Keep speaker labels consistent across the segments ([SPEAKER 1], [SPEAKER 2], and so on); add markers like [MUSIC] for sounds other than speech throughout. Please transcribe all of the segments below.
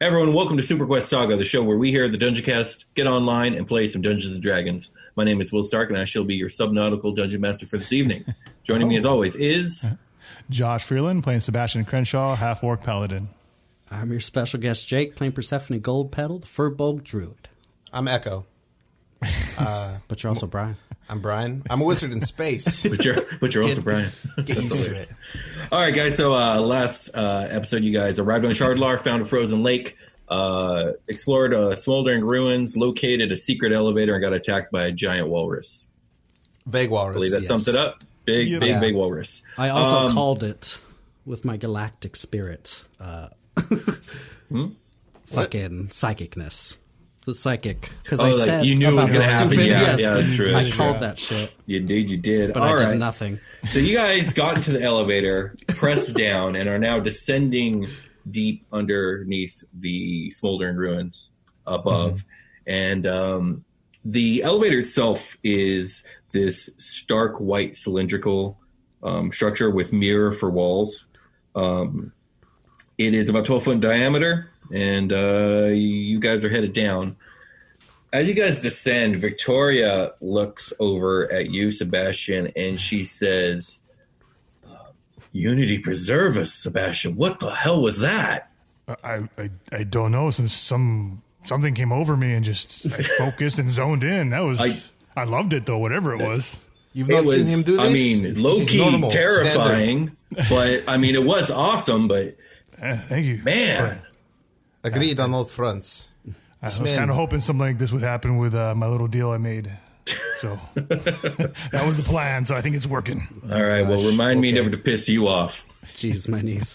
[SPEAKER 1] everyone, welcome to Super Quest Saga, the show where we here at the Dungeon Cast get online and play some Dungeons and Dragons. My name is Will Stark, and I shall be your subnautical dungeon master for this evening. Joining me, as always,
[SPEAKER 2] [LAUGHS]
[SPEAKER 1] is
[SPEAKER 3] Josh Freeland playing Sebastian Crenshaw, half orc paladin.
[SPEAKER 2] I'm your special guest, Jake, playing Persephone Gold Petal, the Furbolg Druid.
[SPEAKER 4] I'm Echo.
[SPEAKER 2] But you're also Brian.
[SPEAKER 4] I'm Brian. I'm a wizard in
[SPEAKER 1] [LAUGHS]
[SPEAKER 4] space.
[SPEAKER 1] but you're but you're also Brian.
[SPEAKER 4] Get used to it.
[SPEAKER 1] All right, guys. So uh, last uh, episode, you guys arrived on Shardlar, found a frozen lake, uh, explored uh, smoldering ruins, located a secret elevator, and got attacked by a giant walrus.
[SPEAKER 4] Vague
[SPEAKER 1] I
[SPEAKER 4] walrus.
[SPEAKER 1] believe that sums it up. Big,
[SPEAKER 3] Yeah.
[SPEAKER 1] big,
[SPEAKER 4] Yeah.
[SPEAKER 1] big walrus.
[SPEAKER 2] I also
[SPEAKER 1] Um,
[SPEAKER 2] called it with my galactic spirit. Uh, [LAUGHS]
[SPEAKER 1] Hmm?
[SPEAKER 2] Fucking psychicness. The psychic. Because
[SPEAKER 1] Oh,
[SPEAKER 2] I
[SPEAKER 1] like,
[SPEAKER 2] said
[SPEAKER 1] you knew it was
[SPEAKER 2] about the
[SPEAKER 1] gonna happen.
[SPEAKER 2] stupid-
[SPEAKER 1] Yeah,
[SPEAKER 2] yes,
[SPEAKER 1] yeah, that's true,
[SPEAKER 2] I
[SPEAKER 1] that's
[SPEAKER 2] called
[SPEAKER 3] true.
[SPEAKER 2] that shit,
[SPEAKER 1] You did, you did.
[SPEAKER 2] but
[SPEAKER 1] All
[SPEAKER 2] I
[SPEAKER 1] right.
[SPEAKER 2] did nothing.
[SPEAKER 1] So you guys got into the elevator, pressed down, and are now descending deep underneath the smoldering ruins above. And um, the elevator itself is this stark white cylindrical um, structure with mirror for walls. Um, it is about 12 foot in diameter, and uh, you guys are headed down. As you guys descend, Victoria looks over at you, Sebastian, and she says, Unity preserve us, Sebastian. What the hell was that?
[SPEAKER 3] I, I I don't know since some something came over me and just [LAUGHS] I focused and zoned in. That was I, loved it though, whatever it was.
[SPEAKER 4] You've not seen him do this.
[SPEAKER 1] I mean, low
[SPEAKER 4] This is
[SPEAKER 1] key
[SPEAKER 4] normal.
[SPEAKER 1] terrifying, but I mean, it was awesome, but
[SPEAKER 3] Eh, thank you,
[SPEAKER 1] man.
[SPEAKER 4] Standard. Agreed on all fronts.
[SPEAKER 3] uh, I was kind of hoping something like this would happen with uh, my little deal I made.
[SPEAKER 2] [LAUGHS]
[SPEAKER 3] So that was the plan. So I think it's working.
[SPEAKER 1] All right, well, remind me
[SPEAKER 4] okay.
[SPEAKER 1] never to piss you off.
[SPEAKER 2] Jeez,
[SPEAKER 1] [LAUGHS]
[SPEAKER 2] my knees.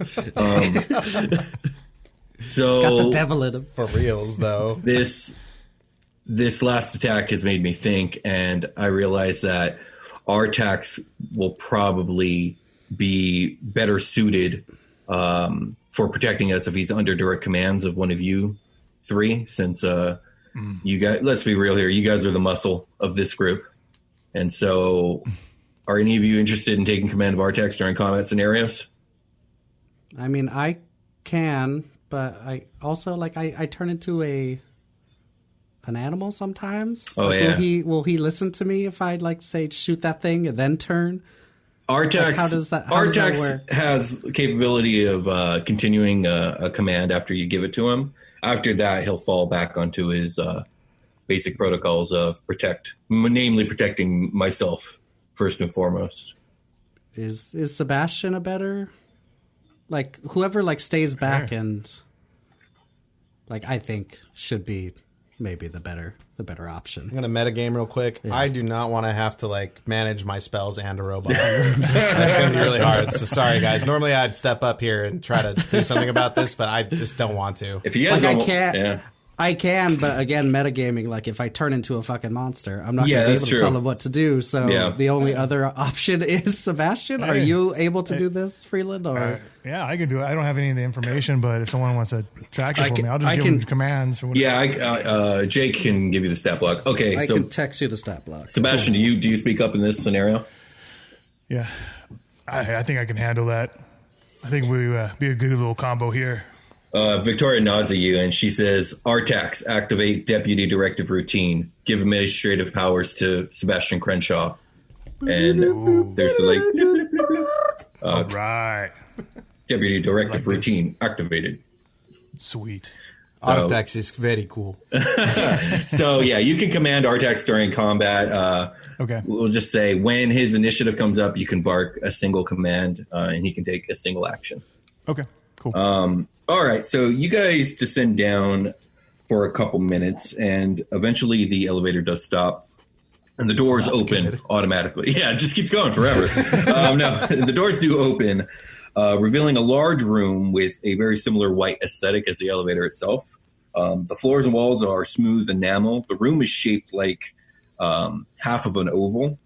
[SPEAKER 1] So,
[SPEAKER 2] Got the devil in him.
[SPEAKER 4] For reals, though. [LAUGHS]
[SPEAKER 1] this this last attack has made me think and i realize that our attacks will probably be better suited um, for protecting us if he's under direct commands of one of you three since uh, you guys let's be real here you guys are the muscle of this group and so are any of you interested in taking command of our attacks during combat scenarios
[SPEAKER 2] I mean, I can, but I also like I, I turn into a an animal sometimes.
[SPEAKER 1] Oh,
[SPEAKER 2] like,
[SPEAKER 1] yeah.
[SPEAKER 2] Will he will he listen to me if I like say shoot that thing and then turn?
[SPEAKER 1] Artax,
[SPEAKER 2] Like, how does that- how
[SPEAKER 1] Artax
[SPEAKER 2] does that work?
[SPEAKER 1] has the capability of uh, continuing a, a command after you give it to him. After that, he'll fall back onto his uh, basic protocols of protect, m- namely protecting myself first and foremost.
[SPEAKER 2] Is is Sebastian a better like whoever like stays back and like I think should be maybe the better the better option.
[SPEAKER 4] I'm going to metagame real quick. I do not want to have to, like, manage my spells and
[SPEAKER 1] [LAUGHS]
[SPEAKER 4] a robot. That's going to be really hard. So sorry, guys. Normally I'd step up here and try to do something about this, but I just don't want to.
[SPEAKER 1] If you guys
[SPEAKER 2] Like, I
[SPEAKER 1] don't,
[SPEAKER 2] can't-
[SPEAKER 1] yeah,
[SPEAKER 2] I can, but again, metagaming, like if I turn into a fucking monster, I'm not
[SPEAKER 1] Yeah,
[SPEAKER 2] gonna be
[SPEAKER 1] that's
[SPEAKER 2] able to
[SPEAKER 1] true.
[SPEAKER 2] tell him what to do. So
[SPEAKER 1] Yeah.
[SPEAKER 2] the only other [LAUGHS] option is Sebastian. Are you able to do this, Freeland? Or
[SPEAKER 3] Yeah, I can do it. I don't have any of the information, but if someone wants to track it
[SPEAKER 2] I
[SPEAKER 3] for
[SPEAKER 2] can-
[SPEAKER 3] me, I'll just
[SPEAKER 2] I
[SPEAKER 3] give
[SPEAKER 2] can-
[SPEAKER 3] them commands. Or whatever.
[SPEAKER 1] yeah. I, uh, uh, Jake can give you the stat block. Okay,
[SPEAKER 2] I
[SPEAKER 1] so
[SPEAKER 2] can text you the stat block.
[SPEAKER 1] Sebastian, do you do you speak up in this scenario?
[SPEAKER 3] Yeah, I, I think I can handle that. I think we uh, be a good little combo here.
[SPEAKER 1] Uh, Victoria nods at you and she says, Artax, activate deputy directive routine. Give administrative powers to Sebastian Crenshaw. And there's the like
[SPEAKER 3] All right,
[SPEAKER 1] deputy directive
[SPEAKER 3] Like this.
[SPEAKER 1] routine activated.
[SPEAKER 3] sweet.
[SPEAKER 4] Artax is very cool.
[SPEAKER 1] So yeah, you can command Artax during combat. Uh,
[SPEAKER 3] Okay.
[SPEAKER 1] We'll just say when his initiative comes up, you can bark a single command uh, and he can take a single action.
[SPEAKER 3] Okay, cool.
[SPEAKER 1] Uh, All right, so you guys descend down for a couple minutes, and eventually the elevator does stop, and the doors open
[SPEAKER 4] good.
[SPEAKER 1] automatically. Yeah, it just keeps going forever. um, no, [LAUGHS] the doors do open, uh, revealing a large room with a very similar white aesthetic as the elevator itself. Um, the floors and walls are smooth enamel. The room is shaped like um, half of an oval,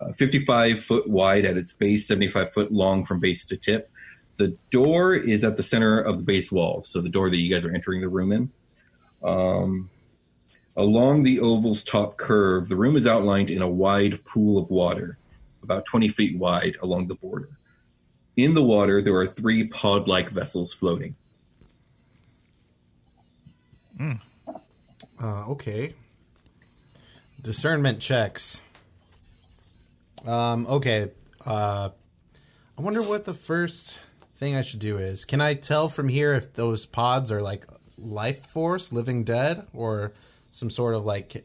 [SPEAKER 1] uh, 55 foot wide at its base, 75 foot long from base to tip. The door is at the center of the base wall, so the door that you guys are entering the room in. Um, along the oval's top curve, the room is outlined in a wide pool of water, about 20 feet wide along the border. In the water, there are three pod like vessels floating.
[SPEAKER 4] Uh, okay. Discernment checks. Um, okay. Uh, I wonder what the first thing I should do is. Can I tell from here if those pods are like life force, living dead, or some sort of like,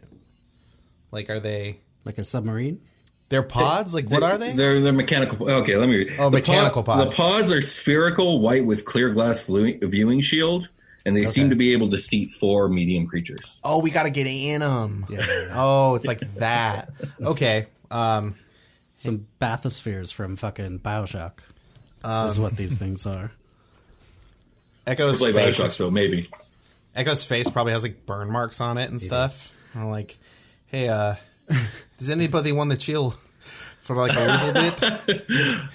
[SPEAKER 4] like are they?
[SPEAKER 2] Like a submarine?
[SPEAKER 4] They're pods. Like what are they?
[SPEAKER 1] They're they're mechanical. Okay, let me. Read.
[SPEAKER 4] Oh,
[SPEAKER 1] The
[SPEAKER 4] mechanical
[SPEAKER 1] pod-
[SPEAKER 4] pods.
[SPEAKER 1] The pods are spherical, white with clear glass flu- viewing shield, and they seem to be able to seat four medium creatures.
[SPEAKER 4] oh, we gotta get in them. oh, it's like that. Okay. Um,
[SPEAKER 2] Some bathyspheres from fucking Bioshock is what these things are.
[SPEAKER 4] Echo's
[SPEAKER 1] Play
[SPEAKER 4] face
[SPEAKER 1] Bioshock, so maybe.
[SPEAKER 4] Echo's face probably has like burn marks on it and stuff. I'm like, hey, uh, does anybody want to chill for like a little
[SPEAKER 2] [LAUGHS]
[SPEAKER 4] bit?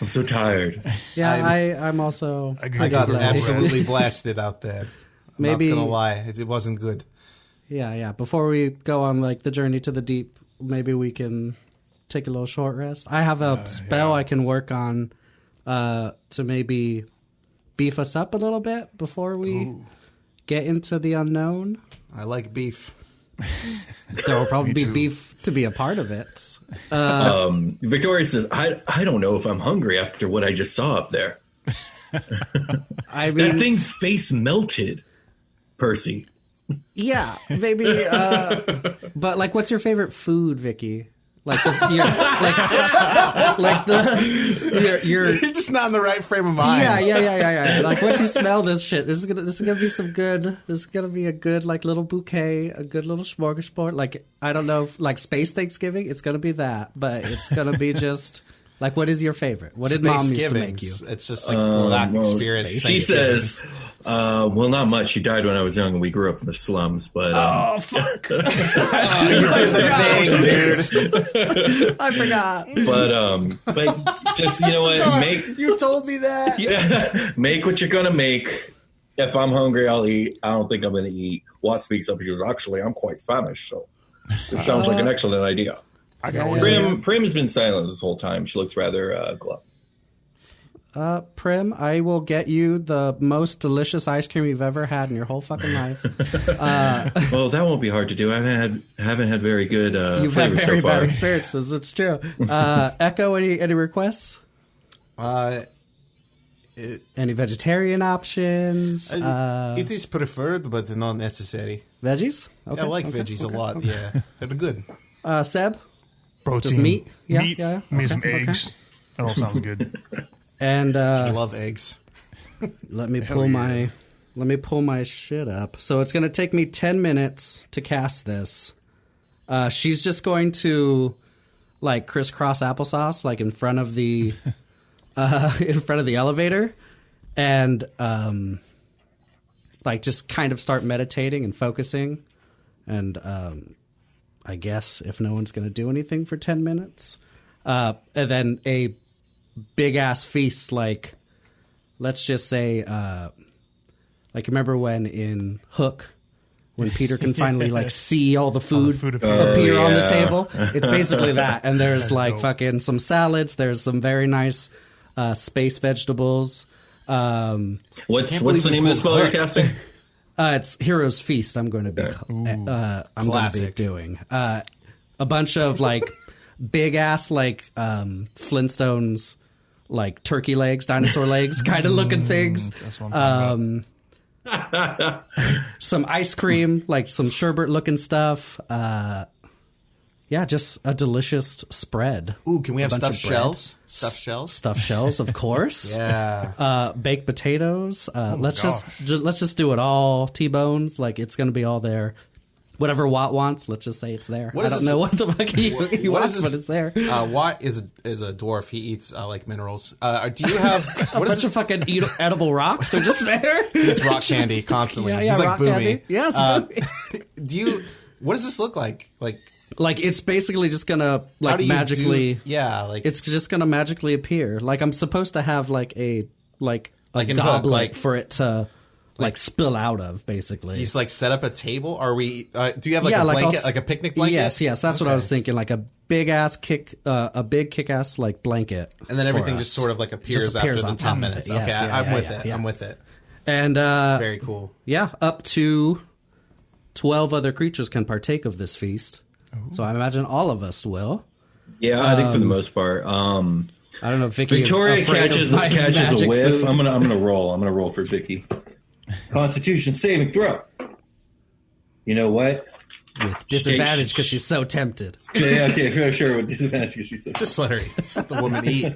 [SPEAKER 1] I'm so tired.
[SPEAKER 2] [LAUGHS] Yeah, I, I'm also.
[SPEAKER 3] could
[SPEAKER 4] I
[SPEAKER 3] do
[SPEAKER 4] got
[SPEAKER 3] with that.
[SPEAKER 4] absolutely blasted out there. I'm
[SPEAKER 2] Maybe-
[SPEAKER 4] not gonna lie, it, it wasn't good.
[SPEAKER 2] Yeah, yeah. Before we go on like the journey to the deep, maybe we can take a little short rest. I have a spell I can work on uh, to maybe beef us up a little bit before we get into the unknown.
[SPEAKER 4] I like beef.
[SPEAKER 2] There will probably be beef to be a part of it.
[SPEAKER 1] Um, Victoria says, "I I don't know if I'm hungry after what I just saw up there.
[SPEAKER 2] I
[SPEAKER 1] That
[SPEAKER 2] mean,
[SPEAKER 1] thing's face melted, Percy.
[SPEAKER 2] yeah, maybe. Uh, but like, what's your favorite food, Vicky? Like, the, your, like, like the your your
[SPEAKER 4] You're just not in the right frame of mind.
[SPEAKER 2] Yeah, yeah, yeah, yeah, yeah. Like once you smell this shit, this is gonna this is gonna be some good. This is gonna be a good like little bouquet, a good little smorgasbord. Like I don't know, like space Thanksgiving. It's gonna be that, but it's gonna be just like what is your favorite? What did mom used to make you?
[SPEAKER 4] Thanksgivings. It's just like that experience.
[SPEAKER 1] Um, She
[SPEAKER 4] [LAUGHS]
[SPEAKER 1] says, uh, "Well, not much. She died when I was young, and we grew up in the slums. But um,
[SPEAKER 2] [LAUGHS] I forgot.
[SPEAKER 1] but um, but just you know
[SPEAKER 4] [LAUGHS]
[SPEAKER 1] what? Make
[SPEAKER 4] Oh. You told me
[SPEAKER 1] [LAUGHS]
[SPEAKER 4] that.
[SPEAKER 1] yeah, make what you're gonna make. If I'm hungry, I'll eat. I don't think I'm gonna eat." Watt speaks up. She goes, "Actually, I'm quite famished, so it sounds like an
[SPEAKER 4] Uh-huh.
[SPEAKER 1] excellent idea."
[SPEAKER 3] I can always
[SPEAKER 1] Prim Prim has been silent this whole time. She looks rather uh, glum.
[SPEAKER 2] Uh, Prim, I will get you the most delicious ice cream you've ever had in your whole fucking life.
[SPEAKER 1] Well, that won't be hard to do. I haven't had haven't had very good uh,
[SPEAKER 2] You've had
[SPEAKER 1] flavors
[SPEAKER 2] very
[SPEAKER 1] so
[SPEAKER 2] bad
[SPEAKER 1] far.
[SPEAKER 2] experiences. It's true. Uh, Echo, any any requests?
[SPEAKER 4] Uh,
[SPEAKER 2] Any vegetarian options? Uh,
[SPEAKER 4] it is preferred, but not necessary.
[SPEAKER 2] veggies? Okay.
[SPEAKER 4] I like veggies a lot. Yeah, they're good.
[SPEAKER 2] Uh, Seb,
[SPEAKER 3] protein,
[SPEAKER 2] Just meat? Yeah,
[SPEAKER 3] meat,
[SPEAKER 2] yeah, yeah.
[SPEAKER 3] maybe some
[SPEAKER 2] Okay, okay.
[SPEAKER 3] eggs. That all sounds
[SPEAKER 2] [LAUGHS]
[SPEAKER 3] good.
[SPEAKER 2] and
[SPEAKER 4] I
[SPEAKER 2] uh,
[SPEAKER 4] love eggs.
[SPEAKER 2] let me pull my let me pull my shit up. So it's gonna take me ten minutes to cast this. Uh, she's just going to like crisscross applesauce, like in front of the uh, [LAUGHS] in front of the elevator, and um, like just kind of start meditating and focusing, and um, I guess if no one's gonna do anything for ten minutes, uh, and then a big ass feast like let's just say uh like remember when in hook when peter [LAUGHS] can finally like see all the food,
[SPEAKER 3] food appear.
[SPEAKER 1] Oh,
[SPEAKER 2] appear on the
[SPEAKER 1] yeah.
[SPEAKER 2] table it's basically that
[SPEAKER 4] [LAUGHS]
[SPEAKER 2] and there's like
[SPEAKER 3] dope.
[SPEAKER 2] fucking some salads there's some very nice uh space vegetables um
[SPEAKER 1] What's what's the
[SPEAKER 4] believe
[SPEAKER 1] name of the
[SPEAKER 4] you
[SPEAKER 1] spell
[SPEAKER 4] pulled
[SPEAKER 1] you're casting?
[SPEAKER 2] uh, it's Heroes Feast. I'm going to be uh, I'm going to be
[SPEAKER 4] Classic.
[SPEAKER 2] doing uh, a bunch of like
[SPEAKER 4] [LAUGHS]
[SPEAKER 2] big ass like um, Flintstones, like turkey legs, dinosaur
[SPEAKER 4] [LAUGHS]
[SPEAKER 2] legs, kind of looking things.
[SPEAKER 4] Mm,
[SPEAKER 3] That's what I'm
[SPEAKER 2] Um,
[SPEAKER 3] talking about.
[SPEAKER 2] Some ice cream, like some sherbet looking stuff. Uh, yeah, just a delicious spread.
[SPEAKER 4] Ooh, can we have
[SPEAKER 2] bunch
[SPEAKER 4] stuffed
[SPEAKER 2] of bread.
[SPEAKER 4] shells? Stuffed shells?
[SPEAKER 2] Stuffed shells,
[SPEAKER 4] [LAUGHS]
[SPEAKER 2] of [LAUGHS] course.
[SPEAKER 4] Yeah. Oh
[SPEAKER 2] Uh, baked potatoes. Uh, let's
[SPEAKER 3] gosh.
[SPEAKER 2] just, just let's just do it all. T bones, like it's going to be all there. Whatever Watt wants, let's just say it's there.
[SPEAKER 4] What
[SPEAKER 2] I
[SPEAKER 4] is
[SPEAKER 2] don't
[SPEAKER 4] this-
[SPEAKER 2] know what the fuck he, he
[SPEAKER 4] what
[SPEAKER 2] wants,
[SPEAKER 4] is this-
[SPEAKER 2] but it's there.
[SPEAKER 4] Uh, Watt is is a dwarf. He eats uh, like minerals. Uh, do you
[SPEAKER 2] [LAUGHS]
[SPEAKER 4] have
[SPEAKER 2] a
[SPEAKER 4] what is
[SPEAKER 2] bunch of
[SPEAKER 4] this?
[SPEAKER 2] fucking eat- edible rocks are
[SPEAKER 4] [LAUGHS]
[SPEAKER 2] just there.
[SPEAKER 4] It's
[SPEAKER 2] [LAUGHS]
[SPEAKER 4] rock candy constantly.
[SPEAKER 2] Yeah, yeah,
[SPEAKER 4] He's like
[SPEAKER 2] rock
[SPEAKER 4] boomy.
[SPEAKER 2] candy. Yes,
[SPEAKER 4] Uh,
[SPEAKER 2] boomy.
[SPEAKER 4] [LAUGHS] do you? What does this look like? Like
[SPEAKER 2] like it's basically just gonna
[SPEAKER 4] how
[SPEAKER 2] like
[SPEAKER 4] do you
[SPEAKER 2] magically.
[SPEAKER 4] do- yeah, like
[SPEAKER 2] It's just gonna magically appear. Like I'm supposed to have like a like a
[SPEAKER 4] Like in Hook,
[SPEAKER 2] goblet
[SPEAKER 4] like-
[SPEAKER 2] for it to like, spill out of. Basically,
[SPEAKER 4] he's like set up a table. Are we? Uh, do you have like a blanket,
[SPEAKER 2] I'll
[SPEAKER 4] like,
[SPEAKER 2] s-
[SPEAKER 4] a picnic blanket?
[SPEAKER 2] Yes, yes, that's what I was thinking. Like a big ass kick, uh, a big kick ass like blanket,
[SPEAKER 4] And then
[SPEAKER 2] for
[SPEAKER 4] everything
[SPEAKER 2] us.
[SPEAKER 4] just sort of like appears,
[SPEAKER 2] appears
[SPEAKER 4] after
[SPEAKER 2] on
[SPEAKER 4] the ten
[SPEAKER 2] top of
[SPEAKER 4] minutes.
[SPEAKER 2] it. Yes,
[SPEAKER 4] okay,
[SPEAKER 2] yeah,
[SPEAKER 4] I'm
[SPEAKER 2] yeah,
[SPEAKER 4] with
[SPEAKER 2] yeah,
[SPEAKER 4] it.
[SPEAKER 2] yeah.
[SPEAKER 4] I'm with it.
[SPEAKER 2] and uh,
[SPEAKER 4] Very cool.
[SPEAKER 2] yeah, up to 12 other creatures can partake of this feast. So I imagine all of us will.
[SPEAKER 1] Yeah, I think for the most part. Um,
[SPEAKER 2] I don't know if Vicky is
[SPEAKER 1] Victoria
[SPEAKER 2] afraid of
[SPEAKER 1] catches
[SPEAKER 2] my
[SPEAKER 1] catches a
[SPEAKER 2] magic
[SPEAKER 1] whiff.
[SPEAKER 2] food.
[SPEAKER 1] I'm gonna I'm gonna roll. I'm gonna roll for Vicky. Constitution saving throw. You know what?
[SPEAKER 2] with disadvantage because she's so
[SPEAKER 1] [LAUGHS]
[SPEAKER 2] tempted.
[SPEAKER 1] Yeah, okay, for sure. With disadvantage, 'cause she said
[SPEAKER 4] Just let her eat. Let the
[SPEAKER 2] [LAUGHS]
[SPEAKER 4] woman eat.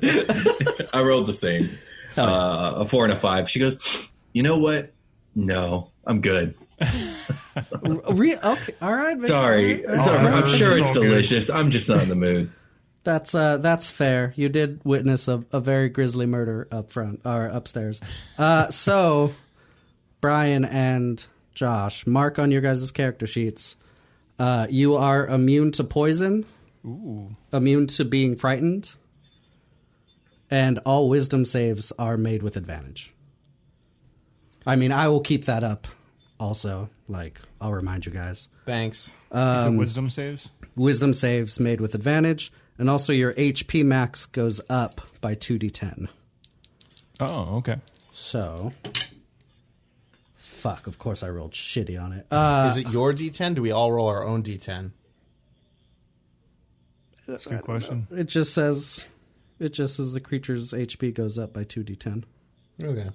[SPEAKER 1] I rolled the same. Uh, a four and a five. She goes, you know what? No, I'm good.
[SPEAKER 2] Re- okay, all right. Vicky, all
[SPEAKER 1] Sorry.
[SPEAKER 2] right, all right.
[SPEAKER 1] Sorry. I'm
[SPEAKER 3] that's
[SPEAKER 1] sure it's
[SPEAKER 3] so good.
[SPEAKER 1] delicious. I'm just not in the mood.
[SPEAKER 2] That's uh, that's fair. You did witness a, a very grisly murder up front or upstairs. Uh, so, [LAUGHS] Brian and Josh, mark on your guys' character sheets. Uh, you are immune to poison, immune to being frightened, and all wisdom saves are made with advantage. I mean, I will keep that up. Also, like I'll remind you guys
[SPEAKER 4] Thanks.
[SPEAKER 3] Is it wisdom saves?
[SPEAKER 2] wisdom saves made with advantage, and also your HP max goes up by 2d10.
[SPEAKER 3] Oh, okay.
[SPEAKER 2] So. Fuck, of course I rolled shitty on it. Uh,
[SPEAKER 4] Is it your D10? Do we all roll our own D10?
[SPEAKER 3] That's a good question.
[SPEAKER 2] it just says. It just says the creature's HP goes up by 2d10.
[SPEAKER 4] Okay.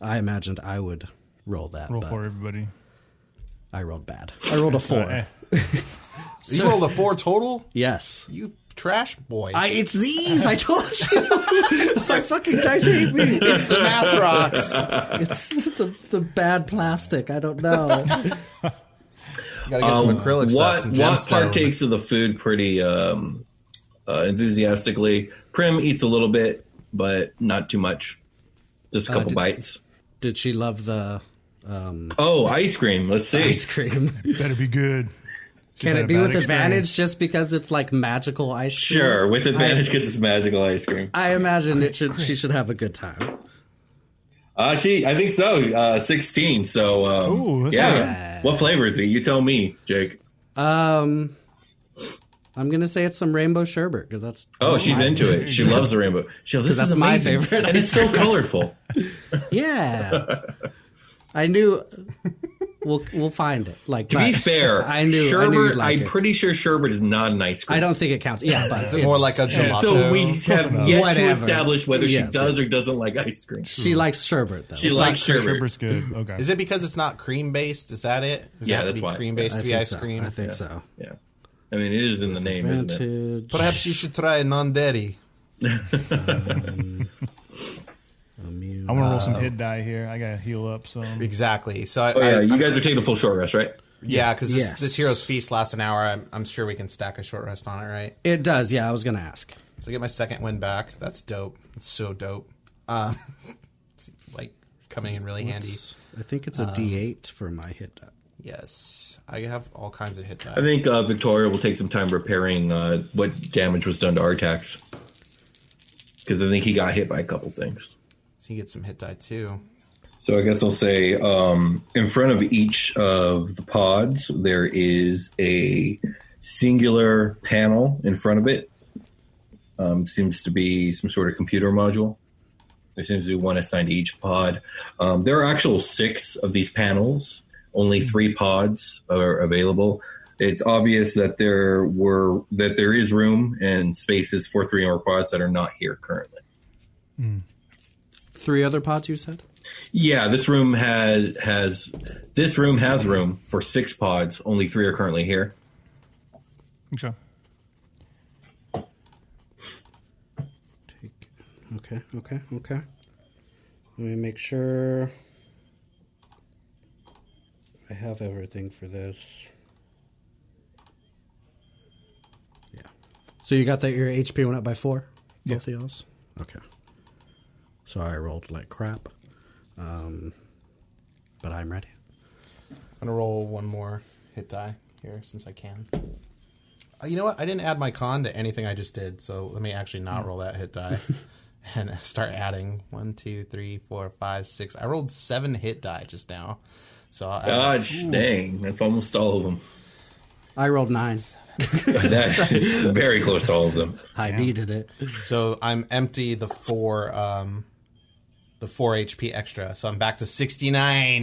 [SPEAKER 2] I imagined I would roll that,
[SPEAKER 3] Roll
[SPEAKER 2] but
[SPEAKER 3] for everybody.
[SPEAKER 2] I rolled bad. I rolled a 4.
[SPEAKER 3] [LAUGHS] Uh,
[SPEAKER 4] You rolled a four total?
[SPEAKER 2] yes.
[SPEAKER 4] You trash boy.
[SPEAKER 2] I, it's these! I told you! [LAUGHS] My fucking dice hate me!
[SPEAKER 4] it's the math [LAUGHS] rocks.
[SPEAKER 2] It's the, the bad plastic. I don't know.
[SPEAKER 4] You gotta get some acrylic
[SPEAKER 1] Oh, Um, What
[SPEAKER 4] stuff. Some
[SPEAKER 1] what
[SPEAKER 4] gemstone.
[SPEAKER 1] partakes of the food pretty um, uh, enthusiastically? Prim eats a little bit, but not too much. Just a
[SPEAKER 2] Uh,
[SPEAKER 1] couple bites.
[SPEAKER 2] Did she love the
[SPEAKER 1] Oh, ice cream. Let's see.
[SPEAKER 2] ice cream?
[SPEAKER 3] better be good. She's
[SPEAKER 2] [LAUGHS] Can
[SPEAKER 3] had
[SPEAKER 2] it
[SPEAKER 3] a
[SPEAKER 2] be
[SPEAKER 3] bad
[SPEAKER 2] with
[SPEAKER 3] experience.
[SPEAKER 2] advantage just because it's like magical ice cream?
[SPEAKER 1] Sure, with advantage because it's magical ice cream.
[SPEAKER 2] I imagine it should she should have a good time.
[SPEAKER 1] Uh, she, I think so. Uh, Sixteen. So, um,
[SPEAKER 3] Ooh, that's
[SPEAKER 1] yeah.
[SPEAKER 3] not
[SPEAKER 1] What flavor is it? You tell me, Jake.
[SPEAKER 2] Um I'm gonna say it's some rainbow sherbet because that's
[SPEAKER 1] Oh, she's into it. She loves the rainbow. She goes, this
[SPEAKER 2] that's
[SPEAKER 1] is
[SPEAKER 2] my
[SPEAKER 1] amazing.
[SPEAKER 2] favorite
[SPEAKER 1] and it's so colorful.
[SPEAKER 2] [LAUGHS] yeah. I knew we'll we'll find it. Like
[SPEAKER 1] To be
[SPEAKER 2] but
[SPEAKER 1] fair,
[SPEAKER 2] I knew I knew
[SPEAKER 1] sherbet.
[SPEAKER 2] you'd like
[SPEAKER 1] I'm
[SPEAKER 2] it.
[SPEAKER 1] pretty sure sherbet is not an ice cream.
[SPEAKER 2] I don't think it counts. Yeah, but it's
[SPEAKER 4] More like a gelato.
[SPEAKER 1] So we have
[SPEAKER 3] enough.
[SPEAKER 1] yet to
[SPEAKER 2] Whatever.
[SPEAKER 1] establish whether
[SPEAKER 2] Yes,
[SPEAKER 1] she does or doesn't like ice cream. She,
[SPEAKER 4] Hmm.
[SPEAKER 2] she likes sherbet though. It's
[SPEAKER 1] likes
[SPEAKER 3] Sure,
[SPEAKER 1] sherbet.
[SPEAKER 3] Sherbet's good. Okay.
[SPEAKER 4] Is it because it's not cream based? Is that it? Does it
[SPEAKER 1] Yeah,
[SPEAKER 4] have to
[SPEAKER 1] that's
[SPEAKER 4] be
[SPEAKER 1] why.
[SPEAKER 4] Cream
[SPEAKER 2] not-
[SPEAKER 4] based
[SPEAKER 2] I
[SPEAKER 4] to be
[SPEAKER 2] think
[SPEAKER 4] ice
[SPEAKER 2] so.
[SPEAKER 4] cream.
[SPEAKER 2] I think so.
[SPEAKER 1] Yeah, I mean it is in the name, isn't it?
[SPEAKER 2] Vintage.
[SPEAKER 4] Perhaps you should try non dairy.
[SPEAKER 3] I want to roll
[SPEAKER 2] Oh.
[SPEAKER 3] some hit die here. I gotta heal up some.
[SPEAKER 4] Exactly. So I,
[SPEAKER 1] Oh yeah,
[SPEAKER 4] I,
[SPEAKER 1] you
[SPEAKER 4] I'm-
[SPEAKER 1] guys are taking a full short rest, right?
[SPEAKER 4] yeah, because this,
[SPEAKER 2] Yes.
[SPEAKER 4] this hero's feast lasts an hour. I'm, I'm sure we can stack a short rest on it, right?
[SPEAKER 2] It does, yeah, I was gonna ask.
[SPEAKER 4] So I get my second win back. That's dope. It's so dope. Um, [LAUGHS] it's like coming in really handy.
[SPEAKER 2] I think it's a
[SPEAKER 4] Um,
[SPEAKER 2] eight for my hit die.
[SPEAKER 4] Yes, I have all kinds of hit die.
[SPEAKER 1] I think uh, Victoria will take some time repairing uh, what damage was done to Artax. Because I think he got hit by a couple things.
[SPEAKER 4] so you get some hit die too.
[SPEAKER 1] So I guess I'll say um, in front of each of the pods, there is a singular panel in front of it. Um, seems to be some sort of computer module. There seems to be one assigned to each pod. Um, there are actual six of these panels. Only three pods are available. It's obvious that there were that there is room and spaces for three more pods that are not here currently.
[SPEAKER 2] Three other pods you said?
[SPEAKER 1] Yeah, this room has has this room has room for six pods. Only three are currently here.
[SPEAKER 3] Okay.
[SPEAKER 2] Okay, okay, okay. Let me make sure I have everything for this. Yeah. So you got that your HP went up by four?
[SPEAKER 3] Yeah.
[SPEAKER 2] Both of y'all's? Okay. So I rolled like crap. Um, but I'm ready.
[SPEAKER 4] I'm gonna roll one more hit die here since I can. Uh, you know what? I didn't add my con to anything I just did, so let me actually not roll that hit die and start adding one, two, three, four, five, six. I rolled seven hit die just now, so I'll add
[SPEAKER 1] Gosh dang, that's almost all of them.
[SPEAKER 2] I rolled nine.
[SPEAKER 1] That is very close to all of them.
[SPEAKER 2] I needed it.
[SPEAKER 4] So I'm empty the four um, the 4 HP extra. So I'm back to 69.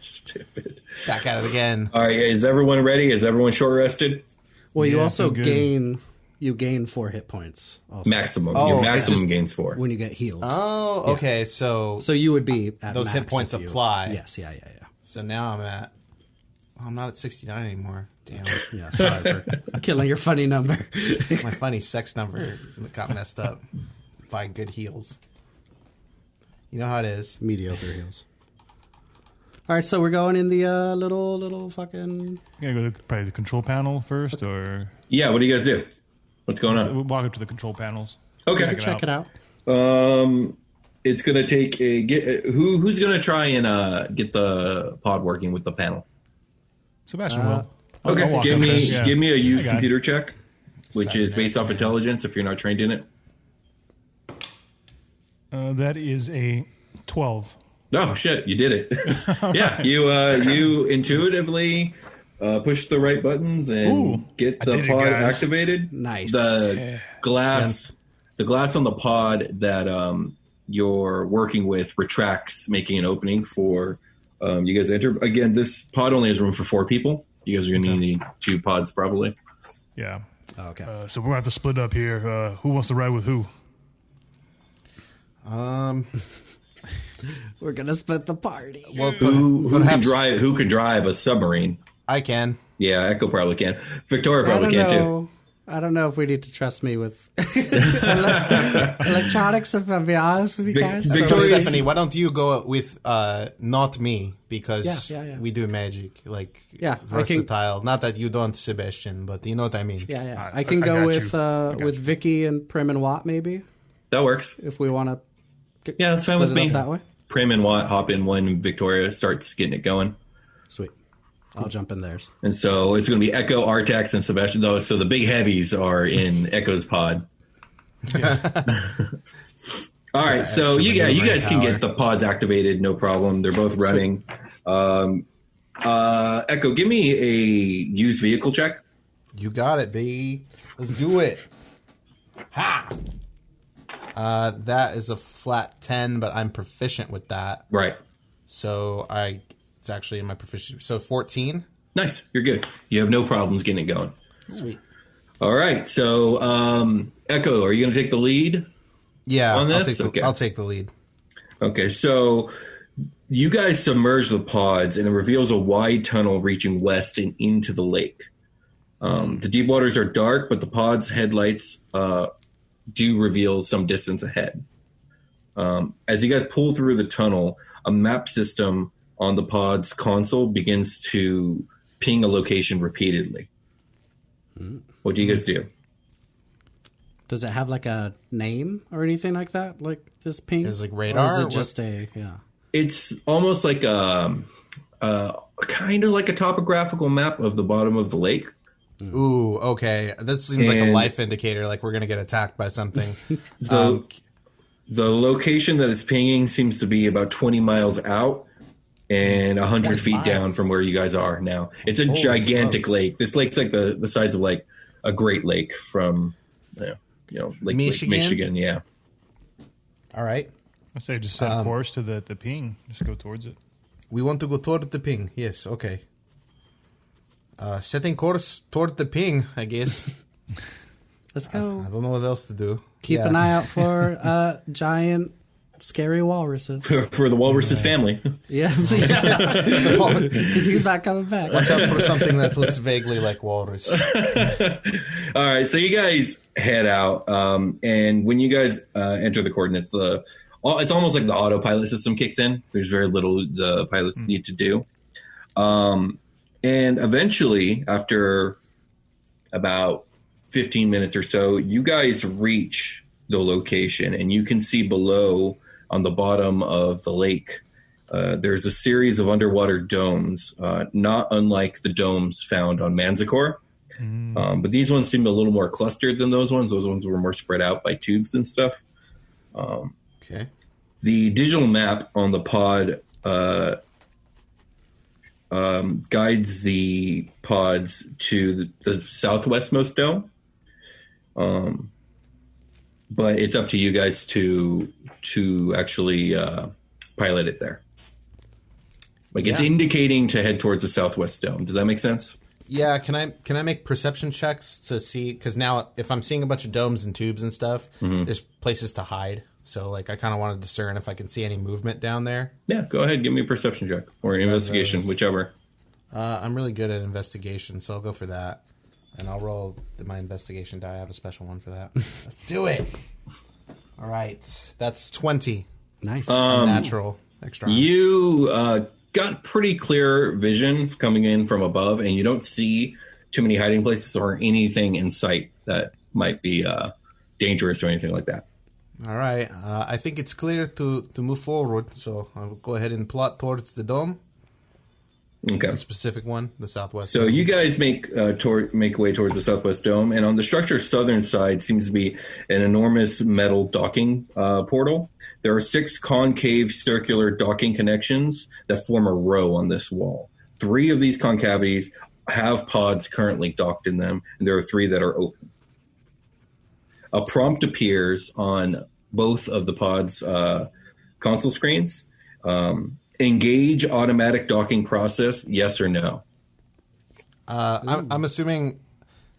[SPEAKER 1] Stupid.
[SPEAKER 4] [LAUGHS] back at it again.
[SPEAKER 1] All right, is everyone ready? Is everyone short rested?
[SPEAKER 2] Well, you
[SPEAKER 3] Yeah,
[SPEAKER 2] also
[SPEAKER 3] feel good.
[SPEAKER 2] gain you gain four hit points also
[SPEAKER 1] Maximum.
[SPEAKER 4] Oh,
[SPEAKER 1] Your
[SPEAKER 4] it's
[SPEAKER 1] maximum
[SPEAKER 4] just-
[SPEAKER 1] gains four.
[SPEAKER 2] when you get healed.
[SPEAKER 4] Oh, okay. So
[SPEAKER 2] so you would be at
[SPEAKER 4] Those hit
[SPEAKER 2] max
[SPEAKER 4] points
[SPEAKER 2] if you-
[SPEAKER 4] apply.
[SPEAKER 2] Yes, yeah, yeah, yeah.
[SPEAKER 4] so now I'm at well, I'm not at 69 anymore. Damn.
[SPEAKER 2] Yeah, sorry for killing your funny number. [LAUGHS]
[SPEAKER 4] My funny sex number got messed up by good heels. You know how it is.
[SPEAKER 2] Mediocre heals. All right, so we're going in the uh, little little fucking
[SPEAKER 3] You gotta go to probably the control panel first, or
[SPEAKER 1] Yeah, what do you guys do? What's going on?
[SPEAKER 3] we'll walk up to the control panels.
[SPEAKER 1] Okay.
[SPEAKER 3] it
[SPEAKER 2] check it out.
[SPEAKER 1] Um it's going to take a get who who's going to try and uh get the pod working with the panel.
[SPEAKER 3] Sebastian will.
[SPEAKER 1] Okay,
[SPEAKER 3] I'll walk
[SPEAKER 1] give
[SPEAKER 3] up
[SPEAKER 1] me
[SPEAKER 3] there, yeah.
[SPEAKER 1] give me a used
[SPEAKER 3] I got it.
[SPEAKER 1] computer check, which is based off intelligence if you're not trained in it.
[SPEAKER 3] Uh, that is a twelve.
[SPEAKER 1] Oh shit, you did it. [LAUGHS] yeah, you uh you intuitively uh, push the right buttons and
[SPEAKER 3] Ooh,
[SPEAKER 1] get
[SPEAKER 3] I
[SPEAKER 1] the
[SPEAKER 3] did it,
[SPEAKER 1] pod
[SPEAKER 3] guys.
[SPEAKER 1] activated.
[SPEAKER 2] Nice.
[SPEAKER 1] The glass the glass on the pod that um you're working with retracts, making an opening for um you guys to enter. Again, this pod only has room for four people. You guys are gonna need two pods probably.
[SPEAKER 3] Yeah.
[SPEAKER 2] Oh, okay.
[SPEAKER 3] Uh, so we're gonna have to split up here. Uh, who wants to ride with who?
[SPEAKER 4] Um,
[SPEAKER 2] we're gonna split the party.
[SPEAKER 4] well,
[SPEAKER 1] Who who can
[SPEAKER 4] perhaps-
[SPEAKER 1] drive who can drive a submarine?
[SPEAKER 4] I can.
[SPEAKER 1] Yeah, Echo probably can. Victoria
[SPEAKER 2] I
[SPEAKER 1] probably
[SPEAKER 2] don't
[SPEAKER 1] can too.
[SPEAKER 2] know. I don't know if we need to trust me with elec- electronics. If I'll be honest with you
[SPEAKER 1] Vic-
[SPEAKER 2] guys,
[SPEAKER 4] So
[SPEAKER 1] Victoria- Victoria's-
[SPEAKER 4] Stephanie, why don't you go with uh, not me because
[SPEAKER 2] Yeah, yeah, yeah.
[SPEAKER 4] we do magic like
[SPEAKER 2] Yeah, I can-
[SPEAKER 4] versatile. Not that you don't, Sebastian, but you know what I mean.
[SPEAKER 2] yeah, yeah.
[SPEAKER 3] I-
[SPEAKER 2] I, can
[SPEAKER 3] I
[SPEAKER 2] go
[SPEAKER 3] got
[SPEAKER 2] with
[SPEAKER 3] you. I
[SPEAKER 2] uh,
[SPEAKER 3] got
[SPEAKER 2] with
[SPEAKER 3] you.
[SPEAKER 2] Vicky and Prim and Watt maybe
[SPEAKER 1] That works.
[SPEAKER 2] if we want to.
[SPEAKER 1] Yeah, that's fine with me.
[SPEAKER 2] That way,
[SPEAKER 1] Prim and Watt hop in when Victoria starts getting it going.
[SPEAKER 2] sweet. I'll jump in theirs.
[SPEAKER 1] And so it's going to be Echo, Artax, and Sebastian. Though, so the big heavies are in Echo's pod. [LAUGHS] All right, so
[SPEAKER 4] extra
[SPEAKER 1] you yeah, you
[SPEAKER 4] maneuvering
[SPEAKER 1] guys can
[SPEAKER 4] power.
[SPEAKER 1] get the pods activated, no problem. They're both running. Um, uh, Echo, give me a used vehicle check.
[SPEAKER 4] You got it, B. Let's do it. Ha! Uh, that is a flat ten, but I'm proficient with that,
[SPEAKER 1] Right,
[SPEAKER 4] so I it's actually in my proficiency. So fourteen.
[SPEAKER 1] nice, you're good. You have no problems getting it going.
[SPEAKER 4] Sweet.
[SPEAKER 1] All right, so um, Echo, are you going to take the lead?
[SPEAKER 4] Yeah,
[SPEAKER 1] On
[SPEAKER 4] I'll
[SPEAKER 1] this?
[SPEAKER 4] take, the,
[SPEAKER 1] Okay.
[SPEAKER 4] I'll take the lead.
[SPEAKER 1] Okay, so you guys submerge the pods, and it reveals a wide tunnel reaching west and into the lake. Um, the deep waters are dark, but the pod's headlights uh, do reveal some distance ahead. Um, as you guys pull through the tunnel, a map system on the pod's console begins to ping a location repeatedly. What do you guys do?
[SPEAKER 2] Does it have like a name or anything like that? Like this ping?
[SPEAKER 4] There's, like,
[SPEAKER 2] Or
[SPEAKER 4] radar,
[SPEAKER 2] is
[SPEAKER 4] or
[SPEAKER 2] it
[SPEAKER 4] what?
[SPEAKER 2] just a yeah?
[SPEAKER 1] it's almost like a, uh kind of like a topographical map of the bottom of the lake.
[SPEAKER 4] Ooh, okay. This seems like a
[SPEAKER 1] And-
[SPEAKER 4] life indicator. Like we're gonna get attacked
[SPEAKER 2] [LAUGHS]
[SPEAKER 4] by something.
[SPEAKER 1] The the location that it's pinging seems to be about 20 miles out and 100 feet down
[SPEAKER 4] miles.
[SPEAKER 1] from where you guys are now. It's a gigantic
[SPEAKER 4] smokes.
[SPEAKER 1] lake. This lake's like the, the size of like a Great Lake from you know, you know Lake
[SPEAKER 4] Michigan?
[SPEAKER 1] Lake Michigan, yeah. [LAUGHS]
[SPEAKER 4] All right.
[SPEAKER 3] I say just set a course to the, the ping. Just go towards it.
[SPEAKER 4] We want to go toward the ping. Yes, okay. Uh, setting course toward the ping,
[SPEAKER 2] [LAUGHS]
[SPEAKER 4] I guess.
[SPEAKER 2] Let's go.
[SPEAKER 4] I don't know what else to do.
[SPEAKER 2] Keep
[SPEAKER 4] Yeah.
[SPEAKER 2] an eye
[SPEAKER 4] [LAUGHS]
[SPEAKER 2] out for uh, giant scary walruses.
[SPEAKER 4] [LAUGHS]
[SPEAKER 1] For the walrus's family.
[SPEAKER 2] yes, [LAUGHS] because
[SPEAKER 4] Watch
[SPEAKER 2] he's not coming back.
[SPEAKER 4] out
[SPEAKER 2] [LAUGHS]
[SPEAKER 4] for something that looks vaguely like walrus.
[SPEAKER 1] All right, so you guys head out, um, and when you guys uh, enter the coordinates, the all- it's almost like the autopilot system kicks in. There's very little the pilots need to do, um, and eventually, after about 15 minutes or so, you guys reach the location, and you can see below on the bottom of the lake. Uh, there's a series of underwater domes, uh, not unlike the domes found on Manzacore. Um, but these ones seemed a little more clustered than those ones. Those ones were more spread out by tubes and stuff.
[SPEAKER 4] Okay.
[SPEAKER 1] The digital map on the pod uh, um, guides the pods to the, the southwestmost dome. Um, but it's up to you guys to to actually uh, pilot it there. Like it's
[SPEAKER 4] Yeah.
[SPEAKER 1] indicating to head towards the southwest dome. Does that make sense?
[SPEAKER 4] Yeah, can I can I make perception checks to see? Because now, if I'm seeing a bunch of domes and tubes and stuff,
[SPEAKER 1] Mm-hmm.
[SPEAKER 4] there's places to hide. So, like, I kind of want to discern if I can see any movement down there.
[SPEAKER 1] Yeah, go ahead. Give me a perception check or an investigation, whichever.
[SPEAKER 4] Uh, I'm really good at investigation, so I'll go for that, and I'll roll th- my investigation die. I have a special one for that. Let's do it. All right, that's twenty
[SPEAKER 2] Nice.
[SPEAKER 4] Um,
[SPEAKER 1] Um,
[SPEAKER 4] natural extra.
[SPEAKER 1] You uh, got pretty clear vision coming in from above, and you don't see too many hiding places or anything in sight that might be uh, dangerous or anything like that.
[SPEAKER 4] All right, uh, I think it's clear to to move forward. So I'll go ahead and plot towards the dome,
[SPEAKER 1] Okay.
[SPEAKER 4] the specific one, the southwest.
[SPEAKER 1] So you guys make uh, tor- make way towards the southwest dome, and on the structure's southern side seems to be an enormous metal docking uh, portal. There are six concave circular docking connections that form a row on this wall. Three of these concavities have pods currently docked in them, and there are three that are open. A prompt appears on both of the pods' uh, console screens. Um, engage automatic docking process, yes or no.
[SPEAKER 4] Uh, I'm, I'm assuming.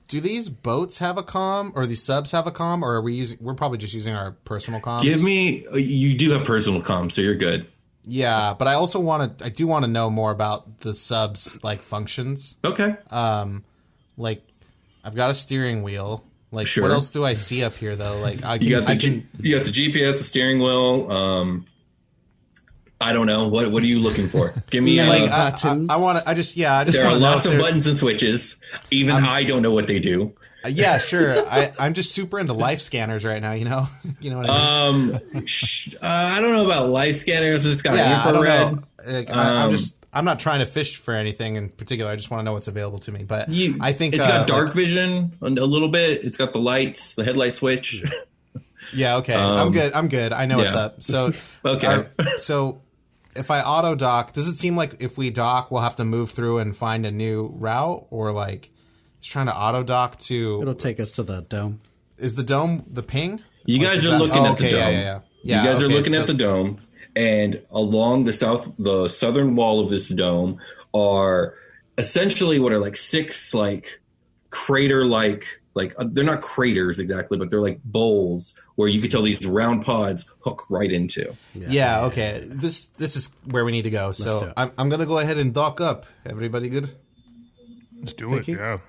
[SPEAKER 4] Do these boats have a com, or these subs have a com, or are we using? We're probably just using our personal comms.
[SPEAKER 1] Give me. uh, You do have personal comms, so you're good.
[SPEAKER 4] yeah, but I also want to. I do want to know more about the subs like functions.
[SPEAKER 1] Okay.
[SPEAKER 4] Um, Like, I've got a steering wheel. Like,
[SPEAKER 1] Sure.
[SPEAKER 4] what else do I see up here though? Like, I can.
[SPEAKER 1] you got the
[SPEAKER 4] I
[SPEAKER 1] G,
[SPEAKER 4] can
[SPEAKER 1] you got the GPS, the steering wheel. Um, I don't know. What What are you looking
[SPEAKER 4] [LAUGHS]
[SPEAKER 1] for? Give me.
[SPEAKER 2] Like,
[SPEAKER 1] uh,
[SPEAKER 2] uh, buttons.
[SPEAKER 4] I, I want to. I just. Yeah. I just.
[SPEAKER 1] there are
[SPEAKER 4] wanna know if
[SPEAKER 1] lots of
[SPEAKER 4] there-
[SPEAKER 1] buttons and switches. Even I don't know what they do. [LAUGHS]
[SPEAKER 4] Yeah, sure. I, I'm just super into life scanners right now. You know. [LAUGHS] you know what I mean. [LAUGHS]
[SPEAKER 1] Um, sh- uh, I don't know about life scanners. It's got
[SPEAKER 4] yeah. I don't
[SPEAKER 1] infrared.
[SPEAKER 4] know. Like, I,
[SPEAKER 1] Um,
[SPEAKER 4] I'm just. I'm not trying to fish for anything in particular. I just want to know what's available to me. But
[SPEAKER 1] You,
[SPEAKER 4] I think
[SPEAKER 1] it's
[SPEAKER 4] uh,
[SPEAKER 1] got
[SPEAKER 4] like,
[SPEAKER 1] dark vision a, a little bit. It's got the lights, the headlight
[SPEAKER 4] [LAUGHS]
[SPEAKER 1] switch.
[SPEAKER 4] Yeah, okay. I'm good. I'm good. I know what's
[SPEAKER 1] Um, yeah.
[SPEAKER 4] up.
[SPEAKER 1] [LAUGHS]
[SPEAKER 4] So
[SPEAKER 1] Okay.
[SPEAKER 4] our- so if I auto dock, does it seem like if we dock we'll have to move through and find a new route or like it's trying to auto dock
[SPEAKER 2] It'll
[SPEAKER 4] to
[SPEAKER 2] take us to the dome.
[SPEAKER 4] is the dome the ping?
[SPEAKER 1] You
[SPEAKER 4] Like,
[SPEAKER 1] guys
[SPEAKER 4] is
[SPEAKER 1] are
[SPEAKER 4] that-
[SPEAKER 1] looking
[SPEAKER 4] oh,
[SPEAKER 1] at
[SPEAKER 4] okay,
[SPEAKER 1] the dome.
[SPEAKER 4] Yeah, yeah, yeah. Yeah,
[SPEAKER 1] you guys
[SPEAKER 4] okay,
[SPEAKER 1] are looking
[SPEAKER 4] so-
[SPEAKER 1] at the dome, and along the south, the southern wall of this dome are essentially what are like six like crater like like uh, they're not craters exactly, but they're like bowls where you can tell these round pods hook right into.
[SPEAKER 4] yeah, okay. This this is where we need to go.
[SPEAKER 2] do it.
[SPEAKER 4] So I'm I'm gonna go ahead and dock up. Everybody good?
[SPEAKER 3] Let's do it. Yeah.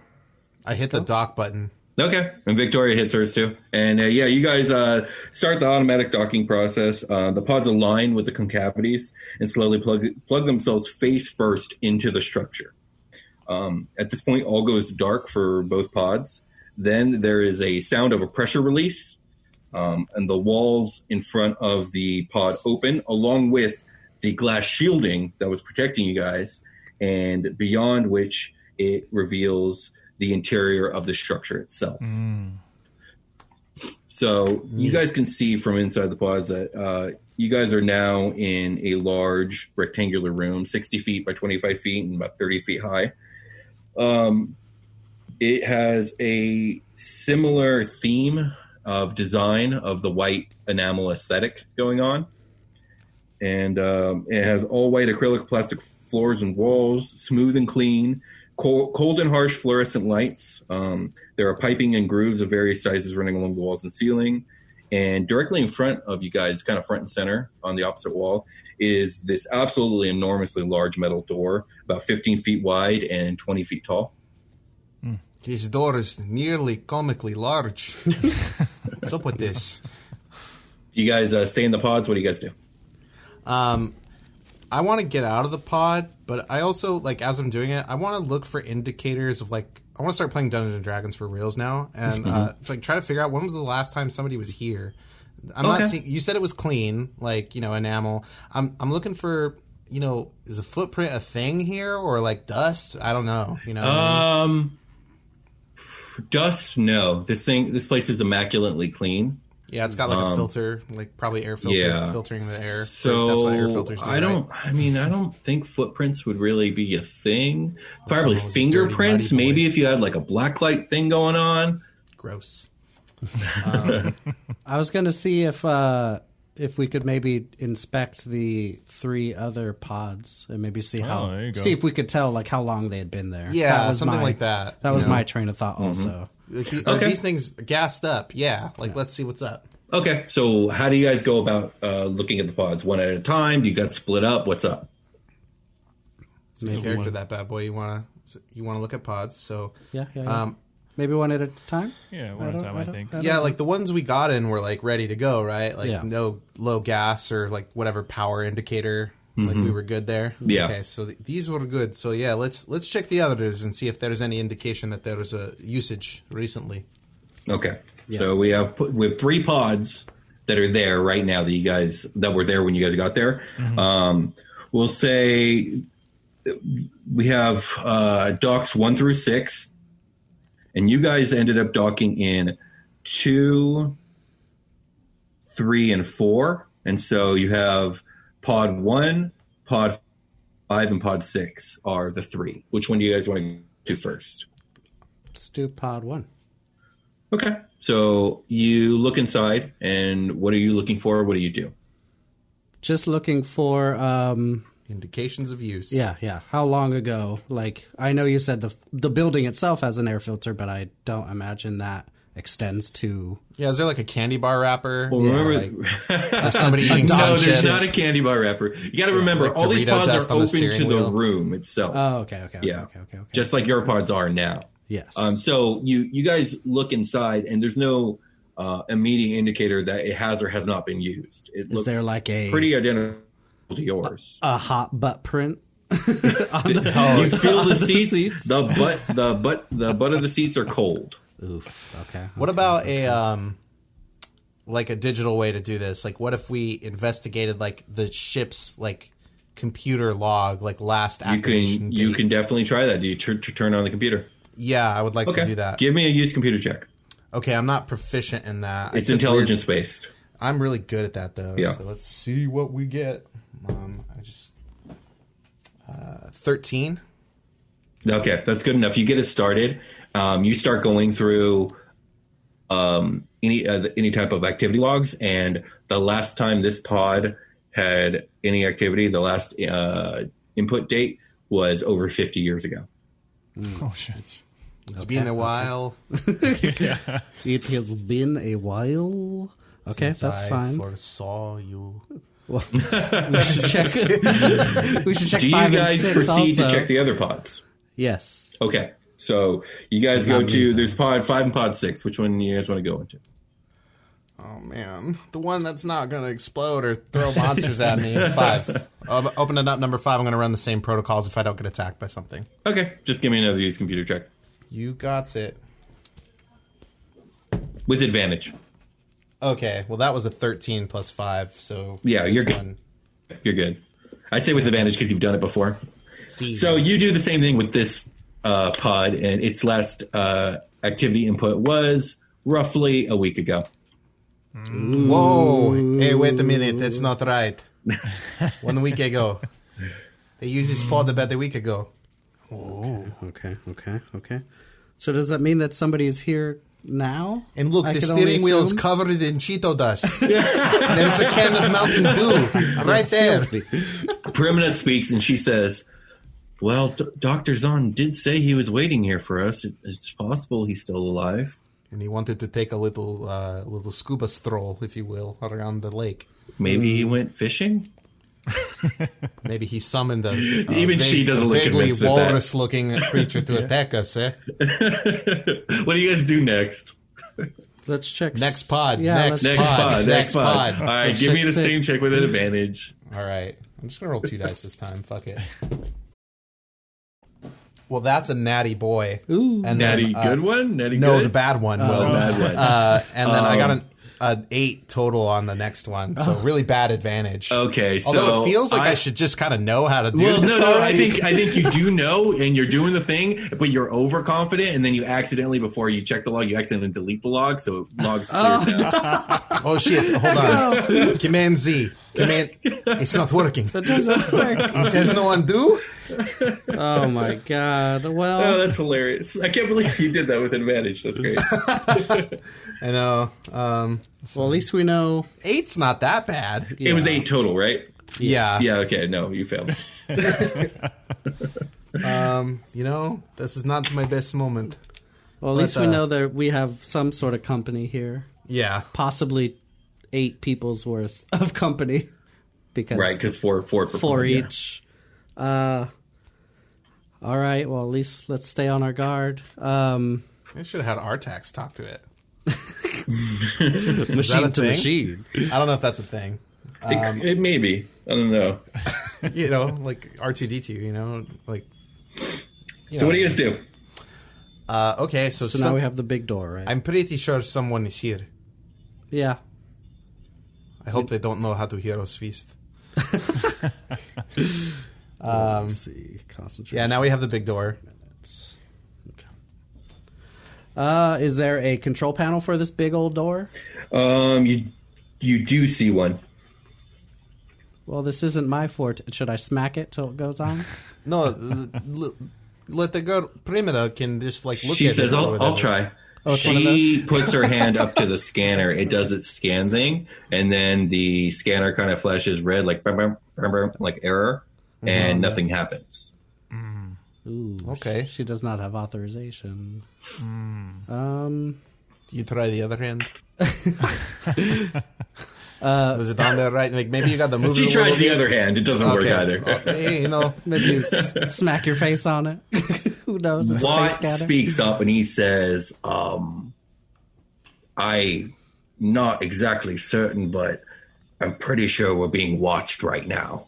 [SPEAKER 4] I hit the dock button.
[SPEAKER 1] Okay, and Victoria hits hers too, and uh, yeah, you guys uh, start the automatic docking process. Uh, the pods align with the concavities and slowly plug plug themselves face first into the structure. Um, at this point, all goes dark for both pods. Then there is a sound of a pressure release, um, and the walls in front of the pod open, along with the glass shielding that was protecting you guys, and beyond which it reveals the interior of the structure itself.
[SPEAKER 3] Hmm.
[SPEAKER 1] So you guys can see from inside the pods that uh, you guys are now in a large rectangular room, 60 feet by 25 feet and about 30 feet high. Um, it has a similar theme of design of the white enamel aesthetic going on. And um, it has all white acrylic plastic floors and walls, smooth and clean, cold, cold and harsh fluorescent lights. Um, there are piping and grooves of various sizes running along the walls and ceiling. And directly in front of you guys, kind of front and center on the opposite wall, is this absolutely enormously large metal door, about 15 feet wide and 20 feet tall.
[SPEAKER 4] This door is nearly
[SPEAKER 2] [LAUGHS]
[SPEAKER 4] comically large. What's up with this?
[SPEAKER 1] You guys uh, stay in the pods. What do you guys do?
[SPEAKER 4] Um, I want to get out of the pod, but I also like as I'm doing it, I want to look for indicators of like I want to start playing Dungeons and Dragons for reals now, and
[SPEAKER 1] Mm-hmm.
[SPEAKER 4] uh, to, like try to figure out when was the last time somebody was here. I'm
[SPEAKER 1] Okay.
[SPEAKER 4] not seeing. You said it was clean, like you know enamel. I'm I'm looking for you know is a footprint a thing here or like dust? I don't know. You know. what I mean?
[SPEAKER 1] Um, dust. No, this thing. This place is immaculately clean.
[SPEAKER 4] yeah, it's got like a filter, like probably air filter,
[SPEAKER 1] um, yeah.
[SPEAKER 4] filtering the air.
[SPEAKER 1] So
[SPEAKER 4] that's what air filters do.
[SPEAKER 1] I don't. I mean, I don't think footprints would really be a thing. Probably
[SPEAKER 4] someone was a dirty,
[SPEAKER 1] fingerprints.
[SPEAKER 4] muddy boy.
[SPEAKER 1] Maybe if you had like a blacklight thing going on.
[SPEAKER 4] Gross.
[SPEAKER 2] I was going to see if uh, if we could maybe inspect the three other pods and maybe see how
[SPEAKER 3] Oh, there you go.
[SPEAKER 2] see if we could tell like how long they had been there.
[SPEAKER 4] Yeah,
[SPEAKER 2] That was
[SPEAKER 4] something
[SPEAKER 2] my-
[SPEAKER 4] like that,
[SPEAKER 2] That
[SPEAKER 4] you
[SPEAKER 2] was
[SPEAKER 4] know? Mm-hmm.
[SPEAKER 2] my train of thought also.
[SPEAKER 4] Like, the- are
[SPEAKER 1] Okay.
[SPEAKER 4] These things gassed up. Yeah. Like, let's see what's up.
[SPEAKER 1] Okay, so how do you guys go about uh, looking at the pods? One at a time? Do you gugot split up? What's up?
[SPEAKER 4] New
[SPEAKER 2] Maybe
[SPEAKER 4] character that bad boy. You wanna you wanna look at pods. So
[SPEAKER 2] Yeah, yeah. yeah.
[SPEAKER 4] um,
[SPEAKER 2] maybe one at a time.
[SPEAKER 3] Yeah, one at a
[SPEAKER 2] don't-
[SPEAKER 3] time,
[SPEAKER 2] I
[SPEAKER 3] I,
[SPEAKER 2] don't-
[SPEAKER 3] think.
[SPEAKER 2] I don't-
[SPEAKER 4] yeah, like the ones we got in were like ready to go, right? Like
[SPEAKER 2] Yeah.
[SPEAKER 4] no low gas or like whatever power indicator. Like we were good there.
[SPEAKER 1] Mm-hmm. Yeah.
[SPEAKER 4] Okay, so th- these were good. So yeah, let's let's check the others and see if there's any indication that there was a usage recently.
[SPEAKER 1] Okay, so we have put, we have three pods that are there right now that you guys that were there when you guys got there. Um, we'll say we have uh, docks one through six, and you guys ended up docking in two, three, and four, and so you have pod one, pod five, and pod six are the three. Which one do you guys want to do first?
[SPEAKER 2] Let's do pod one.
[SPEAKER 1] Okay. So you look inside, and what are you looking for? What do you do?
[SPEAKER 2] Just looking for um,
[SPEAKER 4] Indications of use.
[SPEAKER 2] yeah, yeah. How long ago? Like I know you said the the building itself has an air filter, but I don't imagine that extends to
[SPEAKER 4] Yeah. Is there like a candy bar wrapper?
[SPEAKER 1] Well,
[SPEAKER 4] Yeah,
[SPEAKER 1] remember-
[SPEAKER 4] like,
[SPEAKER 1] [LAUGHS]
[SPEAKER 4] if somebody eating
[SPEAKER 2] No,
[SPEAKER 1] No,
[SPEAKER 4] sun
[SPEAKER 1] there's
[SPEAKER 4] chips.
[SPEAKER 1] not a candy bar wrapper. You got to remember,
[SPEAKER 4] like
[SPEAKER 1] all these
[SPEAKER 4] Dorito
[SPEAKER 1] pods
[SPEAKER 4] dust
[SPEAKER 1] are
[SPEAKER 4] on the
[SPEAKER 1] open to
[SPEAKER 4] steering
[SPEAKER 1] the
[SPEAKER 4] wheel.
[SPEAKER 1] room itself.
[SPEAKER 2] Oh, okay, okay, okay,
[SPEAKER 1] yeah.
[SPEAKER 2] okay, okay, okay.
[SPEAKER 1] Just like your pods are now.
[SPEAKER 2] yes.
[SPEAKER 1] Um, so you you guys look inside, and there's no uh, immediate indicator that it has or has not been used. It
[SPEAKER 2] Is
[SPEAKER 1] looks
[SPEAKER 2] there like a
[SPEAKER 1] pretty identical to yours.
[SPEAKER 2] a hot butt print? [LAUGHS]
[SPEAKER 1] [LAUGHS] you feel the
[SPEAKER 2] Oh, the
[SPEAKER 1] seats,
[SPEAKER 2] seats.
[SPEAKER 1] the butt, the butt, the butt of the seats are cold.
[SPEAKER 2] Oof. Okay.
[SPEAKER 4] What about a um like a digital way to do this? Like what if we investigated like the ship's like computer log, like last
[SPEAKER 1] You
[SPEAKER 4] activation
[SPEAKER 1] can you
[SPEAKER 4] date?
[SPEAKER 1] can definitely try that. Do you tur- tur- turn on the computer?
[SPEAKER 4] Yeah, I would like
[SPEAKER 1] Okay.
[SPEAKER 4] to do that.
[SPEAKER 1] Give me a used computer check.
[SPEAKER 4] okay, I'm not proficient in that. I
[SPEAKER 1] It's
[SPEAKER 4] did
[SPEAKER 1] intelligence
[SPEAKER 4] weird-
[SPEAKER 1] based.
[SPEAKER 4] I'm really good at that though.
[SPEAKER 1] Yeah.
[SPEAKER 4] So let's see what we get. Um I just uh 13.
[SPEAKER 1] Okay, that's good enough. You get it started. Um, you start going through um, any uh, any type of activity logs, and the last time this pod had any activity, the last uh, input date was over 50 years ago.
[SPEAKER 3] Oh, shit.
[SPEAKER 4] It's been a while.
[SPEAKER 2] It has been a while. Okay,
[SPEAKER 4] since
[SPEAKER 2] that's
[SPEAKER 4] I
[SPEAKER 2] fine.
[SPEAKER 4] Foresaw you.
[SPEAKER 2] we [LAUGHS] should check. we should check
[SPEAKER 1] Do you
[SPEAKER 2] five and
[SPEAKER 1] guys
[SPEAKER 2] six
[SPEAKER 1] proceed to
[SPEAKER 2] also.
[SPEAKER 1] check the other pods?
[SPEAKER 2] yes.
[SPEAKER 1] Okay, so you guys go to there's pod five and pod six. Which one you guys want to go into?
[SPEAKER 4] Oh man, the one that's not going to explode or throw monsters
[SPEAKER 2] [LAUGHS]
[SPEAKER 4] at me. Five. Um, open it up, number five. I'm going to run the same protocols if I don't get attacked by something.
[SPEAKER 1] Okay, just give me another used computer check
[SPEAKER 4] You got it.
[SPEAKER 1] with advantage.
[SPEAKER 4] Okay, well that was a 13 plus five, so
[SPEAKER 1] Yeah,
[SPEAKER 4] this
[SPEAKER 1] you're good.
[SPEAKER 4] one-
[SPEAKER 1] You're good. I say with advantage because you've done it before.
[SPEAKER 4] See,
[SPEAKER 1] So you do the same thing with this uh, pod, and its last uh, activity input was roughly a week ago.
[SPEAKER 4] whoa! Hey, wait a minute, that's
[SPEAKER 1] [LAUGHS]
[SPEAKER 4] not right. one week ago, they used this pod about a week ago.
[SPEAKER 2] Okay. Okay. Okay. So does that mean that somebody's here now?
[SPEAKER 4] And look,
[SPEAKER 2] I
[SPEAKER 4] the
[SPEAKER 2] can only
[SPEAKER 4] steering wheel is
[SPEAKER 2] assume?
[SPEAKER 4] covered in
[SPEAKER 2] [LAUGHS]
[SPEAKER 4] Cheeto dust. There's a can of Mountain Dew right there.
[SPEAKER 1] Primina speaks, and she says, "Well, D- Doctor Zahn did say he was waiting here for us. It- it's possible he's still alive.
[SPEAKER 4] and he wanted to take a little uh, little scuba stroll, if you will, around the lake.
[SPEAKER 1] Maybe he went fishing." [LAUGHS]
[SPEAKER 4] Maybe he summoned a, a
[SPEAKER 1] Even she doesn't look
[SPEAKER 4] vaguely
[SPEAKER 1] convinced at that.
[SPEAKER 4] walrus-looking
[SPEAKER 1] [LAUGHS]
[SPEAKER 4] creature to attack us. Eh?
[SPEAKER 1] What do you guys do next?
[SPEAKER 2] Let's check. s-
[SPEAKER 4] Next pod,
[SPEAKER 2] Yeah.
[SPEAKER 4] next
[SPEAKER 2] let's
[SPEAKER 1] Next
[SPEAKER 2] check-
[SPEAKER 1] pod.
[SPEAKER 4] Pod,
[SPEAKER 1] next
[SPEAKER 4] next
[SPEAKER 1] pod.
[SPEAKER 4] pod.
[SPEAKER 1] All right,
[SPEAKER 2] Let's
[SPEAKER 1] give me
[SPEAKER 2] check
[SPEAKER 1] the
[SPEAKER 2] six.
[SPEAKER 1] same check with an advantage.
[SPEAKER 4] All right, I'm just gonna roll two dice this time. Fuck it. Well, that's a natty boy.
[SPEAKER 2] Ooh.
[SPEAKER 4] and
[SPEAKER 1] Natty,
[SPEAKER 4] then, uh,
[SPEAKER 1] good one. Natty,
[SPEAKER 4] No,
[SPEAKER 1] good?
[SPEAKER 4] the bad one. Will.
[SPEAKER 1] Oh, bad one.
[SPEAKER 4] Uh, and then I got an, an eight total on the next one,
[SPEAKER 1] Oh.
[SPEAKER 4] so really bad advantage.
[SPEAKER 1] Okay, so
[SPEAKER 4] Although it feels like I,
[SPEAKER 1] I-
[SPEAKER 4] should just kind of know how to do
[SPEAKER 1] [LAUGHS] Well, no,
[SPEAKER 4] this.
[SPEAKER 1] no. I
[SPEAKER 4] already.
[SPEAKER 1] think I think you do know, and you're doing the thing, but you're overconfident, and then you accidentally, before you check the log, you accidentally delete the log, so it logs cleared now.
[SPEAKER 4] Oh [LAUGHS] shit! Hold on. Command Z. Command. It's not working.
[SPEAKER 2] Doesn't work.
[SPEAKER 4] He says no undo.
[SPEAKER 2] Oh my
[SPEAKER 1] [LAUGHS]
[SPEAKER 2] god.
[SPEAKER 1] Oh, [LAUGHS]
[SPEAKER 2] Well,
[SPEAKER 1] that's hilarious! I can't believe you did that with advantage. That's great.
[SPEAKER 4] I know. Um,
[SPEAKER 2] well, at least we know.
[SPEAKER 4] eight's not that bad.
[SPEAKER 1] It was eight total, right?
[SPEAKER 4] Yeah.
[SPEAKER 1] Yeah. Okay. No, you failed.
[SPEAKER 4] Um, you know, this is not my best moment.
[SPEAKER 2] Well, at least we
[SPEAKER 4] uh,
[SPEAKER 2] know that we have some sort of company here.
[SPEAKER 4] Yeah.
[SPEAKER 2] Possibly eight people's worth of company [LAUGHS] because
[SPEAKER 1] Right? Because four, four, per
[SPEAKER 2] four
[SPEAKER 1] point, yeah.
[SPEAKER 2] each. Uh All right, well, at least let's stay on our guard. Um
[SPEAKER 4] I should have had Artax talk to it.
[SPEAKER 2] machine
[SPEAKER 4] a
[SPEAKER 2] to
[SPEAKER 4] thing?
[SPEAKER 2] machine.
[SPEAKER 4] I don't know if that's a thing.
[SPEAKER 1] It, it may be. I don't know.
[SPEAKER 4] You know, like R2D2, you know, like. you
[SPEAKER 1] So
[SPEAKER 4] know.
[SPEAKER 1] what do you guys do?
[SPEAKER 4] Uh, okay, so,
[SPEAKER 2] So
[SPEAKER 4] some-
[SPEAKER 2] now we have the big door, right?
[SPEAKER 4] I'm pretty sure someone is here.
[SPEAKER 2] yeah.
[SPEAKER 4] I hope they don't know how to Heroes Feast.
[SPEAKER 2] Let's see. Concentrate.
[SPEAKER 4] um, Yeah, now we have the big door.
[SPEAKER 2] Uh, is there a control panel for this big old door?
[SPEAKER 1] Um, you you do see one.
[SPEAKER 2] Well, this isn't my forte. Should I smack it till it goes on?
[SPEAKER 4] [LAUGHS] No, l- l- let the girl Primera can just like look
[SPEAKER 1] she
[SPEAKER 4] at
[SPEAKER 1] says,
[SPEAKER 4] it. or
[SPEAKER 1] I'll, I'll
[SPEAKER 4] whatever.
[SPEAKER 1] try.
[SPEAKER 2] Oh, it's one of those? [LAUGHS]
[SPEAKER 1] she puts her hand up to the scanner. It does its scan thing, and then the scanner kind of flashes red, like brum, brum, brum, brum, like error, and
[SPEAKER 4] Uh-huh.
[SPEAKER 1] nothing happens.
[SPEAKER 2] Ooh.
[SPEAKER 4] Okay.
[SPEAKER 2] She, she does not have authorization. Um.
[SPEAKER 4] You try the other
[SPEAKER 2] [LAUGHS]
[SPEAKER 4] hand.
[SPEAKER 2] Uh,
[SPEAKER 4] Was it on there right? Like maybe you got the movie.
[SPEAKER 1] She tries the other hand. It doesn't work either.
[SPEAKER 4] Oh, you know,
[SPEAKER 2] Maybe you s-
[SPEAKER 4] [LAUGHS]
[SPEAKER 2] smack your face on it. [LAUGHS] Who knows? It's a
[SPEAKER 1] Watt
[SPEAKER 2] face scanner.
[SPEAKER 1] speaks up and he says, um, "I not exactly certain, but I'm pretty sure we're being watched right now."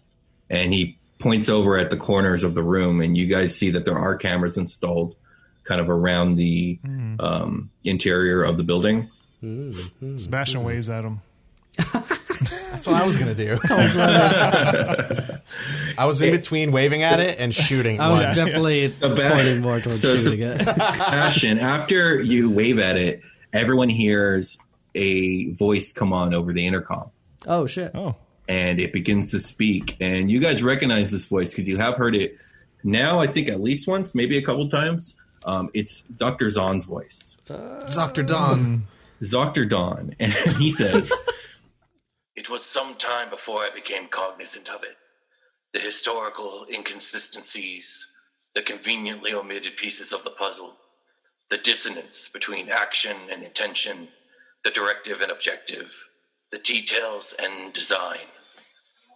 [SPEAKER 1] And he points over at the corners of the room, and you guys see that there are cameras installed, kind of around the
[SPEAKER 2] Hmm.
[SPEAKER 1] um, interior of the building.
[SPEAKER 3] Sebastian waves at him.
[SPEAKER 4] that's what I was
[SPEAKER 2] [LAUGHS]
[SPEAKER 4] gonna do.
[SPEAKER 2] Oh,
[SPEAKER 4] [LAUGHS] I was in between waving at it and shooting.
[SPEAKER 2] I was [LAUGHS]
[SPEAKER 4] one.
[SPEAKER 2] definitely
[SPEAKER 1] bad-
[SPEAKER 2] pointing more towards
[SPEAKER 1] So- so-
[SPEAKER 2] shooting it. [LAUGHS]
[SPEAKER 1] Passion. After you wave at it, everyone hears a voice come on over the intercom.
[SPEAKER 2] oh shit!
[SPEAKER 3] Oh,
[SPEAKER 1] and it begins to speak. And you guys recognize this voice because you have heard it now, I think at least once, maybe a couple times. Um, it's Dr. Zahn's voice,
[SPEAKER 4] Doctor Don.
[SPEAKER 1] Dr. Don. [LAUGHS] And he says, It was some time before I became cognizant of it. The historical inconsistencies, the conveniently omitted pieces of the puzzle, the dissonance between action and intention, the directive and objective, the details and design.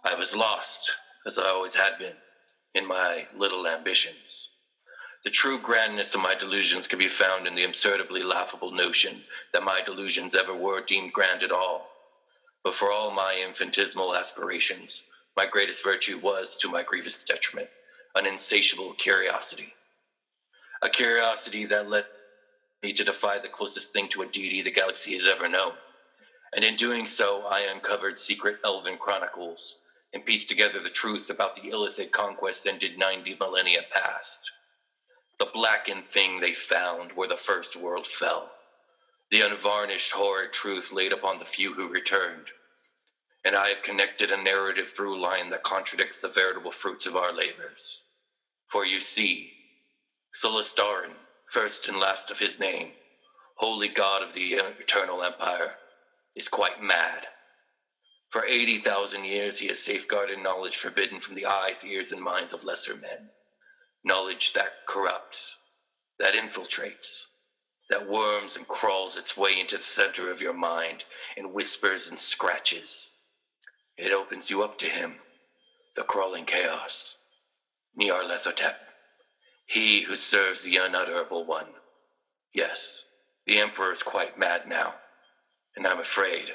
[SPEAKER 1] I was lost, as I always had been, in my little ambitions. The true grandness of my delusions can be found in the absurdly laughable notion that my delusions ever were deemed grand at all. But for all my infinitesimal aspirations, my greatest virtue was, to my grievous detriment, an insatiable curiosity. A curiosity that led me to defy the closest thing to a deity the galaxy has ever known and in doing so, I uncovered secret elven chronicles and pieced together the truth about the Illithid conquest ended 90 millennia past. The blackened thing they found where the first world fell, the unvarnished horrid truth laid upon the few who returned. And I have connected a narrative through line that contradicts the veritable fruits of our labors. For you see, Solistarin, first and last of his name, holy god of the eternal empire, is quite mad. For 80,000 years, he has safeguarded knowledge forbidden from the eyes, ears, and minds of lesser men. Knowledge that corrupts, that infiltrates, that worms and crawls its way into the center of your mind and whispers and scratches. It opens you up to him, the crawling chaos. Niar Lethotep, he who serves the unutterable one. Yes, the Emperor is quite mad now and I'm afraid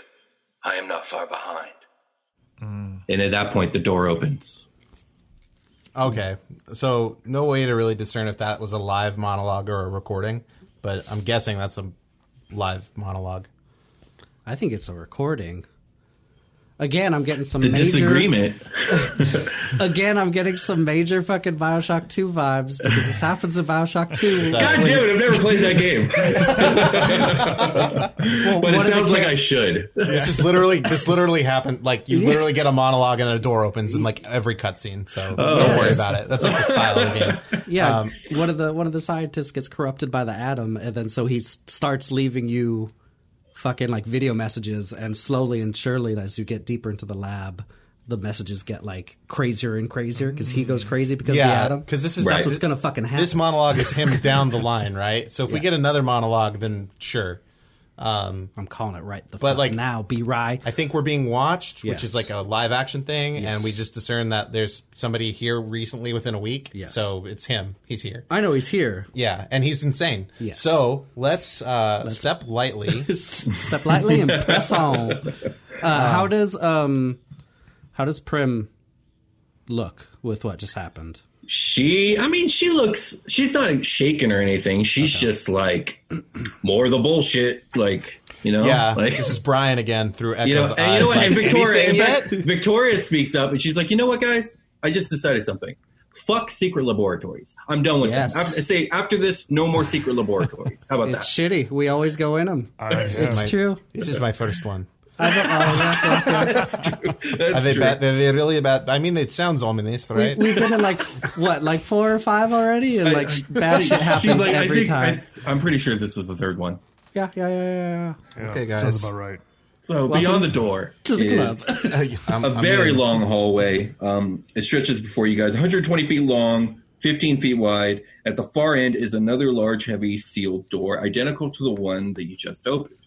[SPEAKER 1] I am not far behind. And at that point, the door opens.
[SPEAKER 4] Okay, so no way to really discern if that was a live monologue or a recording, but I'm guessing that's a live monologue.
[SPEAKER 2] I think it's a recording. Again, I'm getting some
[SPEAKER 1] The
[SPEAKER 2] major,
[SPEAKER 1] disagreement.
[SPEAKER 2] [LAUGHS] Again, I'm getting some major fucking Bioshock 2 vibes because this happens in Bioshock 2.
[SPEAKER 1] God damn it! I've never played that game,
[SPEAKER 2] Well,
[SPEAKER 1] but
[SPEAKER 2] one
[SPEAKER 1] it
[SPEAKER 2] of the
[SPEAKER 1] sounds like
[SPEAKER 2] char-
[SPEAKER 1] I should.
[SPEAKER 4] This is literally this literally happened. Like you literally get a monologue and a door opens in like every cutscene. So
[SPEAKER 1] Oh.
[SPEAKER 4] don't
[SPEAKER 2] Yes.
[SPEAKER 4] worry about it. That's like the style of
[SPEAKER 1] [LAUGHS]
[SPEAKER 4] the game.
[SPEAKER 2] yeah. one of the one of the scientists gets corrupted by the atom, and then so he s- starts leaving you fucking like video messages, and slowly and surely, as you get deeper into the lab, the messages get like crazier and crazier because he goes crazy because of the
[SPEAKER 4] Yeah,
[SPEAKER 2] atom.
[SPEAKER 4] because this is
[SPEAKER 1] Right.
[SPEAKER 4] not-
[SPEAKER 2] that's what's gonna fucking happen.
[SPEAKER 4] This monologue is him down the line, right? So if we get another monologue, then sure.
[SPEAKER 2] I'm calling it right the
[SPEAKER 4] But,
[SPEAKER 2] fuck
[SPEAKER 4] like-
[SPEAKER 2] now, be right.
[SPEAKER 4] I think we're being watched, which
[SPEAKER 2] Yes.
[SPEAKER 4] is like a live action thing, and we just discern that there's somebody here recently within a week.
[SPEAKER 2] Yes.
[SPEAKER 4] So it's him. He's here.
[SPEAKER 2] I know he's here.
[SPEAKER 4] Yeah, and he's insane.
[SPEAKER 2] Yes.
[SPEAKER 4] So let's, uh, step
[SPEAKER 1] [LAUGHS]
[SPEAKER 4] lightly.
[SPEAKER 2] Step lightly and press on. Uh, how does um, how does Prim look with what just happened?
[SPEAKER 1] She, I mean, she looks. She's not shaken or anything. She's just like more of the bullshit. Like you know,
[SPEAKER 4] yeah,
[SPEAKER 1] like,
[SPEAKER 4] this is Brian again through Echo's
[SPEAKER 1] you know, and you know what?
[SPEAKER 4] eyes,
[SPEAKER 1] And
[SPEAKER 4] like,
[SPEAKER 1] Victoria, in
[SPEAKER 4] "Anything
[SPEAKER 1] fact,
[SPEAKER 4] yet?"
[SPEAKER 1] Victoria speaks up and she's like, you know what, guys? I just decided something. Fuck secret laboratories. I'm done with
[SPEAKER 2] Yes.
[SPEAKER 1] that. I say after this, no more secret laboratories. How about that?
[SPEAKER 2] It's shitty. We always go in them.
[SPEAKER 3] I, yeah.
[SPEAKER 4] My-
[SPEAKER 2] It's true.
[SPEAKER 4] This is my first one.
[SPEAKER 2] I don't, oh, yeah, okay.
[SPEAKER 1] That's
[SPEAKER 4] Are they
[SPEAKER 1] true.
[SPEAKER 4] bad? Are they really bad? I mean, it sounds ominous, right?
[SPEAKER 2] [LAUGHS] We've been in like what, like four or five already, and like bad shit happens
[SPEAKER 1] I
[SPEAKER 2] every
[SPEAKER 1] think,
[SPEAKER 2] time.
[SPEAKER 1] I, am pretty sure this is the third one.
[SPEAKER 2] Yeah, yeah, yeah, yeah, yeah.
[SPEAKER 3] Yeah,
[SPEAKER 4] Okay,
[SPEAKER 3] Sounds
[SPEAKER 4] guys.
[SPEAKER 3] about right.
[SPEAKER 1] So beyond the door
[SPEAKER 2] To the
[SPEAKER 1] is
[SPEAKER 2] club.
[SPEAKER 4] [LAUGHS] I'm-
[SPEAKER 1] a
[SPEAKER 4] I'm
[SPEAKER 1] very
[SPEAKER 4] in.
[SPEAKER 1] long hallway. Um, it stretches before you guys, 120 feet long, 15 feet wide. At the far end is another large, heavy sealed door, identical to the one that you just opened.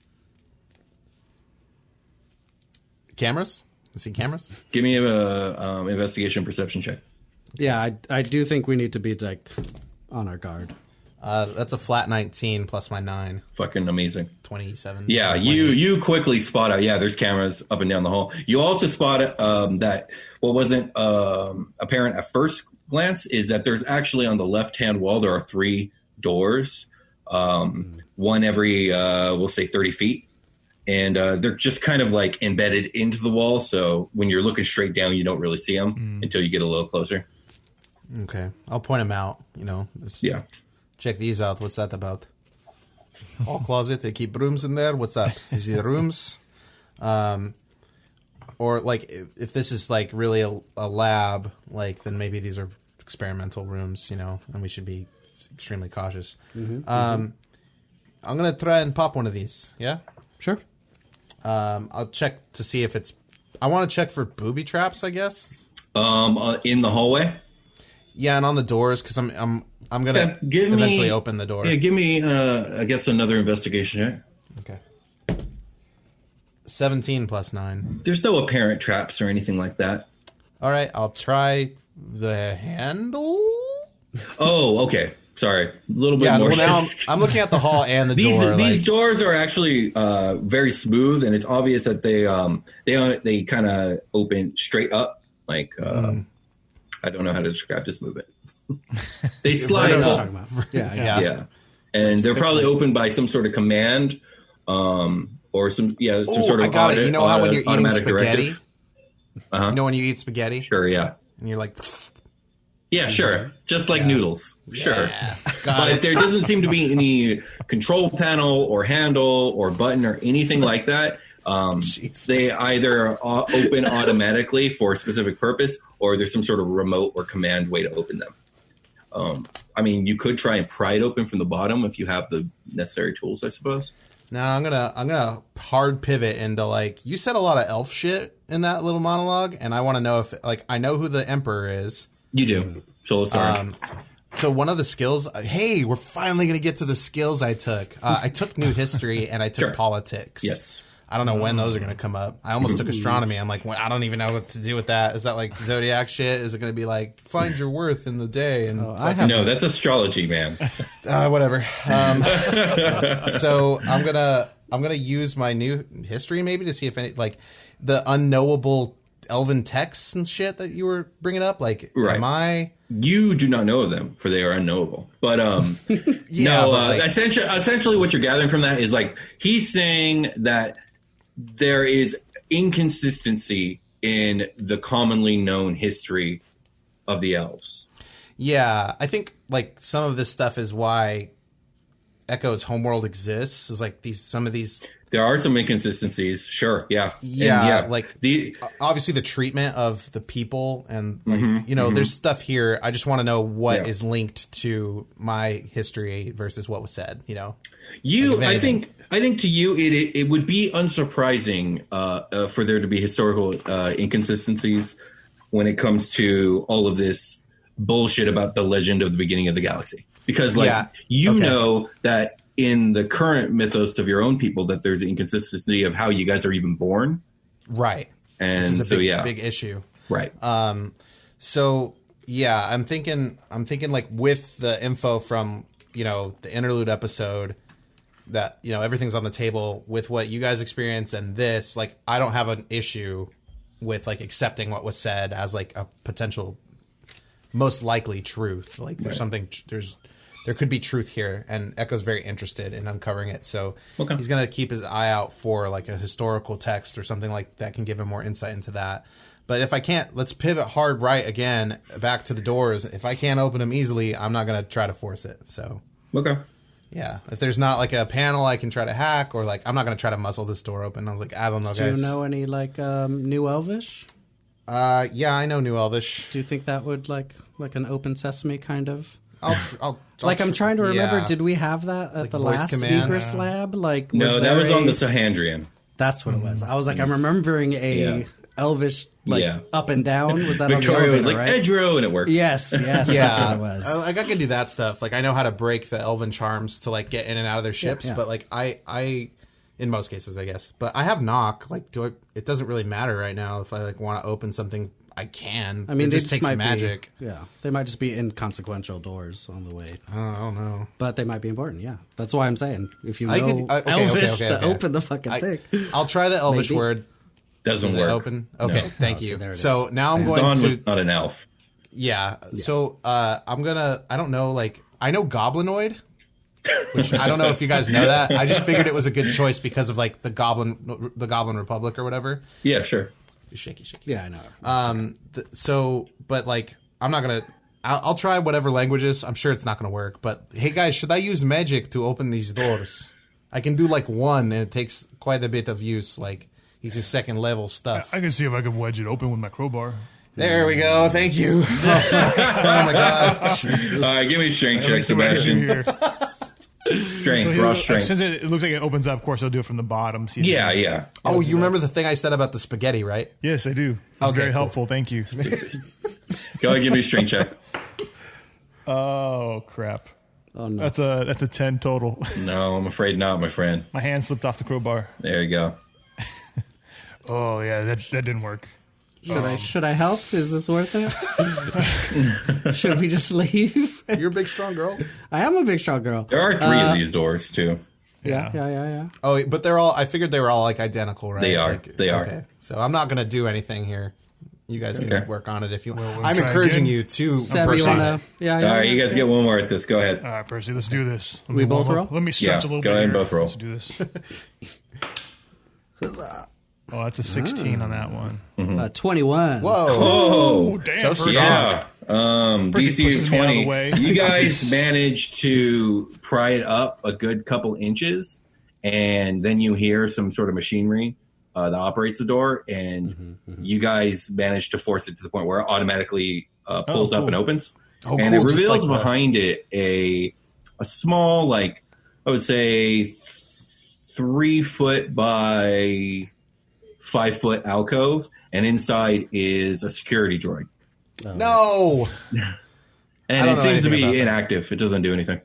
[SPEAKER 4] cameras. Is he cameras?
[SPEAKER 1] Give me a um, investigation perception check.
[SPEAKER 2] Yeah, I, I do think we need to be like on our guard.
[SPEAKER 4] Uh, that's a flat 19 plus my 9,
[SPEAKER 1] Fucking amazing.
[SPEAKER 4] 27.
[SPEAKER 1] Yeah,
[SPEAKER 4] something
[SPEAKER 1] you
[SPEAKER 4] like
[SPEAKER 1] you quickly spot out. Yeah, there's cameras up and down the hall. You also spot um, that what wasn't um, apparent at first glance is that there's actually on the left hand wall there are three doors, um, one every uh, we'll say 30 feet, and uh, they're just kind of like embedded into the wall. So when you're looking straight down, you don't really see them until you get a little closer.
[SPEAKER 4] that. Okay. I'll point them out. You know, Let's
[SPEAKER 1] Yeah.
[SPEAKER 4] check these out. What's that about? Hall closet. They keep rooms in there. What's that? Is it rooms? Um, or like if, if this is like really a, a lab, like then maybe these are experimental rooms, you know, and we should be extremely cautious.
[SPEAKER 1] Mm-hmm,
[SPEAKER 4] um, I'm gonna try and pop one of these. Yeah.
[SPEAKER 2] Sure.
[SPEAKER 4] Um, I'll check to see if it's. I want to check for booby traps. I guess.
[SPEAKER 1] Um, uh, in the hallway.
[SPEAKER 4] Yeah, and on the doors because I'm I'm I'm
[SPEAKER 1] Yeah,
[SPEAKER 4] gonna
[SPEAKER 1] give me-
[SPEAKER 4] eventually open the door.
[SPEAKER 1] Yeah, give me uh, I guess another investigation check.
[SPEAKER 4] Okay. Seventeen plus nine.
[SPEAKER 1] There's no apparent traps or anything like that.
[SPEAKER 4] All right, I'll try the handle.
[SPEAKER 1] Oh, okay. Sorry. A little bit
[SPEAKER 4] Yeah,
[SPEAKER 1] more. [LAUGHS]
[SPEAKER 4] well now I'm, I'm looking at the hall and the
[SPEAKER 1] these
[SPEAKER 4] door.
[SPEAKER 1] these
[SPEAKER 4] like,
[SPEAKER 1] doors are actually uh, very smooth, and it's obvious that they um they they kind of open straight up. Like uh,
[SPEAKER 4] Hmm.
[SPEAKER 1] I don't know how to describe this
[SPEAKER 4] [LAUGHS]
[SPEAKER 1] movement. they slide
[SPEAKER 2] What I'm
[SPEAKER 1] up. [LAUGHS]
[SPEAKER 2] talking about. Yeah, yeah.
[SPEAKER 4] yeah.
[SPEAKER 1] Yeah, and they're probably opened by some sort of command, um, or some yeah some
[SPEAKER 4] Ooh,
[SPEAKER 1] sort of
[SPEAKER 4] Oh, I got it.
[SPEAKER 1] auto-
[SPEAKER 4] You know how when
[SPEAKER 1] auto-
[SPEAKER 4] you're eating
[SPEAKER 1] automatic
[SPEAKER 4] spaghetti,
[SPEAKER 1] directive? Uh-huh.
[SPEAKER 4] you know when you eat spaghetti
[SPEAKER 1] Sure. Yeah.
[SPEAKER 4] and you're like,
[SPEAKER 1] Yeah.
[SPEAKER 4] Mm-hmm.
[SPEAKER 1] Sure. Just like noodles. Sure.
[SPEAKER 4] got
[SPEAKER 1] but
[SPEAKER 4] it.
[SPEAKER 1] there doesn't seem to be any control panel or handle or button or anything like that. Um, they either au- open automatically for a specific purpose, or there's some sort of remote or command way to open them. Um, I mean, you could try and pry it open from the bottom if you have the necessary tools, I suppose.
[SPEAKER 4] No, I'm gonna I'm gonna hard pivot into like you said a lot of elf shit in that little monologue, and I want to know if like I know who the emperor is.
[SPEAKER 1] You do. So sorry.
[SPEAKER 4] Um, so one of the skills, uh, hey, we're finally gonna get to the skills I took. Uh, I took new history and I took
[SPEAKER 1] Sure.
[SPEAKER 4] politics.
[SPEAKER 1] yes.
[SPEAKER 4] I don't know when those are gonna come up. I almost took astronomy. I'm like, well, I don't even know what to do with that. Is that like zodiac shit? Is it gonna be like find your worth in the day and
[SPEAKER 2] I have
[SPEAKER 1] No, that's astrology, man.
[SPEAKER 4] uh, whatever?
[SPEAKER 1] [LAUGHS]
[SPEAKER 4] Um, so I'm gonna I'm gonna use my new history maybe to see if any like the unknowable elven texts and shit that you were bringing up. Like,
[SPEAKER 1] Right.
[SPEAKER 4] am I?
[SPEAKER 1] you do not know of them, for they are unknowable. But um,
[SPEAKER 4] Yeah,
[SPEAKER 1] no,
[SPEAKER 4] but,
[SPEAKER 1] uh,
[SPEAKER 4] like-
[SPEAKER 1] essentially, essentially, what you're gathering from that is like he's saying that there is inconsistency in the commonly known history of the elves.
[SPEAKER 4] Yeah, I think like some of this stuff is why Echo's homeworld exists. Is like these some of these
[SPEAKER 1] There are some inconsistencies, sure, yeah, And
[SPEAKER 4] yeah, like
[SPEAKER 1] the
[SPEAKER 4] obviously the treatment of the people and like you know there's stuff here. I just want to know what is
[SPEAKER 1] Mm-hmm, Yeah.
[SPEAKER 4] linked to my history versus what was said. You know,
[SPEAKER 1] You,
[SPEAKER 4] Like, if
[SPEAKER 1] I
[SPEAKER 4] anything.
[SPEAKER 1] think, I think to you, it it, it would be unsurprising uh, uh, for there to be historical uh, inconsistencies when it comes to all of this bullshit about the legend of the beginning of the galaxy. Because, like,
[SPEAKER 4] Yeah.
[SPEAKER 1] you
[SPEAKER 4] Okay.
[SPEAKER 1] know that in the current mythos of your own people, that there's inconsistency of how you guys are even born,
[SPEAKER 4] right?
[SPEAKER 1] and
[SPEAKER 4] Which is a
[SPEAKER 1] so
[SPEAKER 4] big,
[SPEAKER 1] yeah,
[SPEAKER 4] big issue. Uh,
[SPEAKER 1] right.
[SPEAKER 4] So yeah, I'm thinking I'm thinking like with the info from, you know, the interlude episode that, you know, everything's on the table with what you guys experience and this, like I don't have an issue with like accepting what was said as like a potential most likely truth. Like there's something there's there could be truth here and Echo's very interested in uncovering it. So
[SPEAKER 1] Okay.
[SPEAKER 4] he's going to keep his eye out for like a historical text or something like that can give him more insight into that. But if I can't, let's pivot hard right again back to the doors. If I can't open them easily, I'm not going to try to force it. So
[SPEAKER 1] okay,
[SPEAKER 4] yeah, if there's not like a panel I can try to hack or like I'm not going to try to muzzle this door open. I was like, I don't know,
[SPEAKER 2] Do
[SPEAKER 4] guys.
[SPEAKER 2] you know any like um, new Elvish?
[SPEAKER 4] uh, yeah, I know New Elvish.
[SPEAKER 2] Do you think that would like like an open sesame kind of?
[SPEAKER 4] I'll, I'll, I'll
[SPEAKER 2] Like I'm trying to remember,
[SPEAKER 4] yeah.
[SPEAKER 2] did we have that at the
[SPEAKER 4] voice
[SPEAKER 2] last
[SPEAKER 4] command? uh,
[SPEAKER 2] Igris lab? Like
[SPEAKER 1] no, that
[SPEAKER 2] there
[SPEAKER 1] was on
[SPEAKER 2] a-
[SPEAKER 1] the Sahandrian.
[SPEAKER 2] That's what it was. I was like,
[SPEAKER 4] Mm.
[SPEAKER 2] I'm remembering a
[SPEAKER 1] Yeah.
[SPEAKER 2] Elvish like
[SPEAKER 1] Yeah.
[SPEAKER 2] up and down. Was that on the
[SPEAKER 1] Victoria
[SPEAKER 2] elevator,
[SPEAKER 1] was like
[SPEAKER 2] right?
[SPEAKER 1] Edro, and it worked.
[SPEAKER 2] Yes, yes,
[SPEAKER 4] Yeah,
[SPEAKER 2] that's what it was.
[SPEAKER 4] I, like, I can do that stuff. Like I know how to break the elven charms to like get in and out of their ships,
[SPEAKER 2] yeah.
[SPEAKER 4] but like I, I, in most cases, I guess. But I have knock. Like, do I? It doesn't really matter right now if I like want to open something. I can.
[SPEAKER 2] I mean,
[SPEAKER 4] it
[SPEAKER 2] they
[SPEAKER 4] just, takes
[SPEAKER 2] might
[SPEAKER 4] magic.
[SPEAKER 2] Be, yeah, they might just be inconsequential doors on the way,
[SPEAKER 4] Oh, I don't know.
[SPEAKER 2] but they might be important. Yeah, that's why I'm saying if you know
[SPEAKER 4] I could- I- okay, okay,
[SPEAKER 2] Elvish
[SPEAKER 4] okay,
[SPEAKER 2] to
[SPEAKER 4] okay.
[SPEAKER 2] open the fucking
[SPEAKER 4] I,
[SPEAKER 2] thing.
[SPEAKER 4] I'll try the elvish
[SPEAKER 2] Maybe.
[SPEAKER 4] word.
[SPEAKER 1] Doesn't
[SPEAKER 4] Is it
[SPEAKER 1] work.
[SPEAKER 4] open? Okay, thank
[SPEAKER 2] Oh, so
[SPEAKER 4] you.
[SPEAKER 2] there it
[SPEAKER 4] so
[SPEAKER 2] is.
[SPEAKER 4] now I'm going
[SPEAKER 1] Zahn
[SPEAKER 4] to.
[SPEAKER 1] was not an elf.
[SPEAKER 4] Yeah. So uh, I'm gonna. I don't know. Like I know goblinoid. Which I don't know if you guys know that. I just figured it was a good choice because of like the goblin, the Goblin Republic or whatever.
[SPEAKER 1] Yeah, sure.
[SPEAKER 4] Shaky, shaky.
[SPEAKER 2] Yeah, I know.
[SPEAKER 4] Um. Th- so, but like, I'm not gonna. I'll, I'll try whatever languages. I'm sure it's not gonna work. But hey, guys, should I use magic to open these doors? I can do like one, and it takes quite a bit of use. Like he's his second level stuff.
[SPEAKER 3] I can see if I could wedge it open with my crowbar.
[SPEAKER 4] There we go. Thank you. [LAUGHS] oh my god.
[SPEAKER 1] All right, give me a strength check,
[SPEAKER 3] Some
[SPEAKER 1] Sebastian.
[SPEAKER 3] action
[SPEAKER 1] [LAUGHS]
[SPEAKER 3] here.
[SPEAKER 1] Strength, raw
[SPEAKER 3] Like,
[SPEAKER 1] strength.
[SPEAKER 3] Since it, it looks like it opens up, of course, I'll do it from the bottom. See if-
[SPEAKER 1] Yeah, yeah.
[SPEAKER 4] Oh, you remember the thing I said about the spaghetti, right?
[SPEAKER 3] Yes, I do. It's
[SPEAKER 4] Okay,
[SPEAKER 3] very
[SPEAKER 4] cool.
[SPEAKER 3] helpful. Thank you.
[SPEAKER 1] Go ahead, give me a strength check.
[SPEAKER 3] oh crap.
[SPEAKER 2] Oh no,
[SPEAKER 3] That's a that's a ten total. [LAUGHS]
[SPEAKER 1] No, I'm afraid not, my friend.
[SPEAKER 3] my hand slipped off the crowbar.
[SPEAKER 1] There you go.
[SPEAKER 3] Oh yeah, that that didn't work.
[SPEAKER 2] should
[SPEAKER 4] oh.
[SPEAKER 2] I should I help? Is this worth it?
[SPEAKER 4] [LAUGHS]
[SPEAKER 2] should we just leave?
[SPEAKER 4] You're a big strong girl.
[SPEAKER 2] I am a big strong girl.
[SPEAKER 1] There are three
[SPEAKER 3] Uh,
[SPEAKER 1] of these doors too.
[SPEAKER 2] Yeah, yeah, yeah, yeah.
[SPEAKER 4] Oh, but they're all. I figured they were all like identical, right?
[SPEAKER 1] They are.
[SPEAKER 4] Like,
[SPEAKER 1] They are.
[SPEAKER 4] So I'm not gonna do anything here. You guys can
[SPEAKER 1] Okay.
[SPEAKER 4] work on it if you.
[SPEAKER 3] we'll
[SPEAKER 4] I'm
[SPEAKER 3] try
[SPEAKER 4] encouraging
[SPEAKER 3] again.
[SPEAKER 4] you to.
[SPEAKER 2] Seb, you
[SPEAKER 4] work on
[SPEAKER 2] wanna?
[SPEAKER 4] it.
[SPEAKER 2] Yeah,
[SPEAKER 1] All
[SPEAKER 2] yeah.
[SPEAKER 1] right,
[SPEAKER 2] yeah.
[SPEAKER 1] you guys get one more at this. Go ahead.
[SPEAKER 3] All right, Percy, let's do this. Let
[SPEAKER 2] We
[SPEAKER 3] me
[SPEAKER 2] both
[SPEAKER 3] warm
[SPEAKER 2] roll?
[SPEAKER 3] up. Let me stretch
[SPEAKER 1] Yeah,
[SPEAKER 3] a little
[SPEAKER 1] go
[SPEAKER 3] bit.
[SPEAKER 1] ahead and
[SPEAKER 3] here.
[SPEAKER 1] both roll.
[SPEAKER 3] Let's do this. Oh, that's a 16 on that one.
[SPEAKER 2] Uh, Twenty-one.
[SPEAKER 4] Whoa.
[SPEAKER 1] Oh,
[SPEAKER 3] Damn,
[SPEAKER 4] So
[SPEAKER 3] Percy.
[SPEAKER 1] yeah. Um,
[SPEAKER 3] Percy
[SPEAKER 1] DC is
[SPEAKER 3] pushes me out of the
[SPEAKER 1] 20.
[SPEAKER 3] way. [LAUGHS]
[SPEAKER 1] You guys managed to pry it up a good couple inches, and then you hear some sort of machinery uh, that operates the door, and you guys manage to force it to the point where it automatically uh, pulls up
[SPEAKER 3] cool.
[SPEAKER 1] and opens.
[SPEAKER 4] Oh,
[SPEAKER 1] and
[SPEAKER 4] cool,
[SPEAKER 1] it
[SPEAKER 4] just
[SPEAKER 1] reveals
[SPEAKER 4] like the-
[SPEAKER 1] behind it a a small, like I would say, three foot by five foot alcove, and inside is a security droid.
[SPEAKER 4] No. I
[SPEAKER 1] And
[SPEAKER 4] don't
[SPEAKER 1] it
[SPEAKER 4] know
[SPEAKER 1] seems to
[SPEAKER 4] anything about
[SPEAKER 1] be
[SPEAKER 4] that.
[SPEAKER 1] inactive. It doesn't do anything.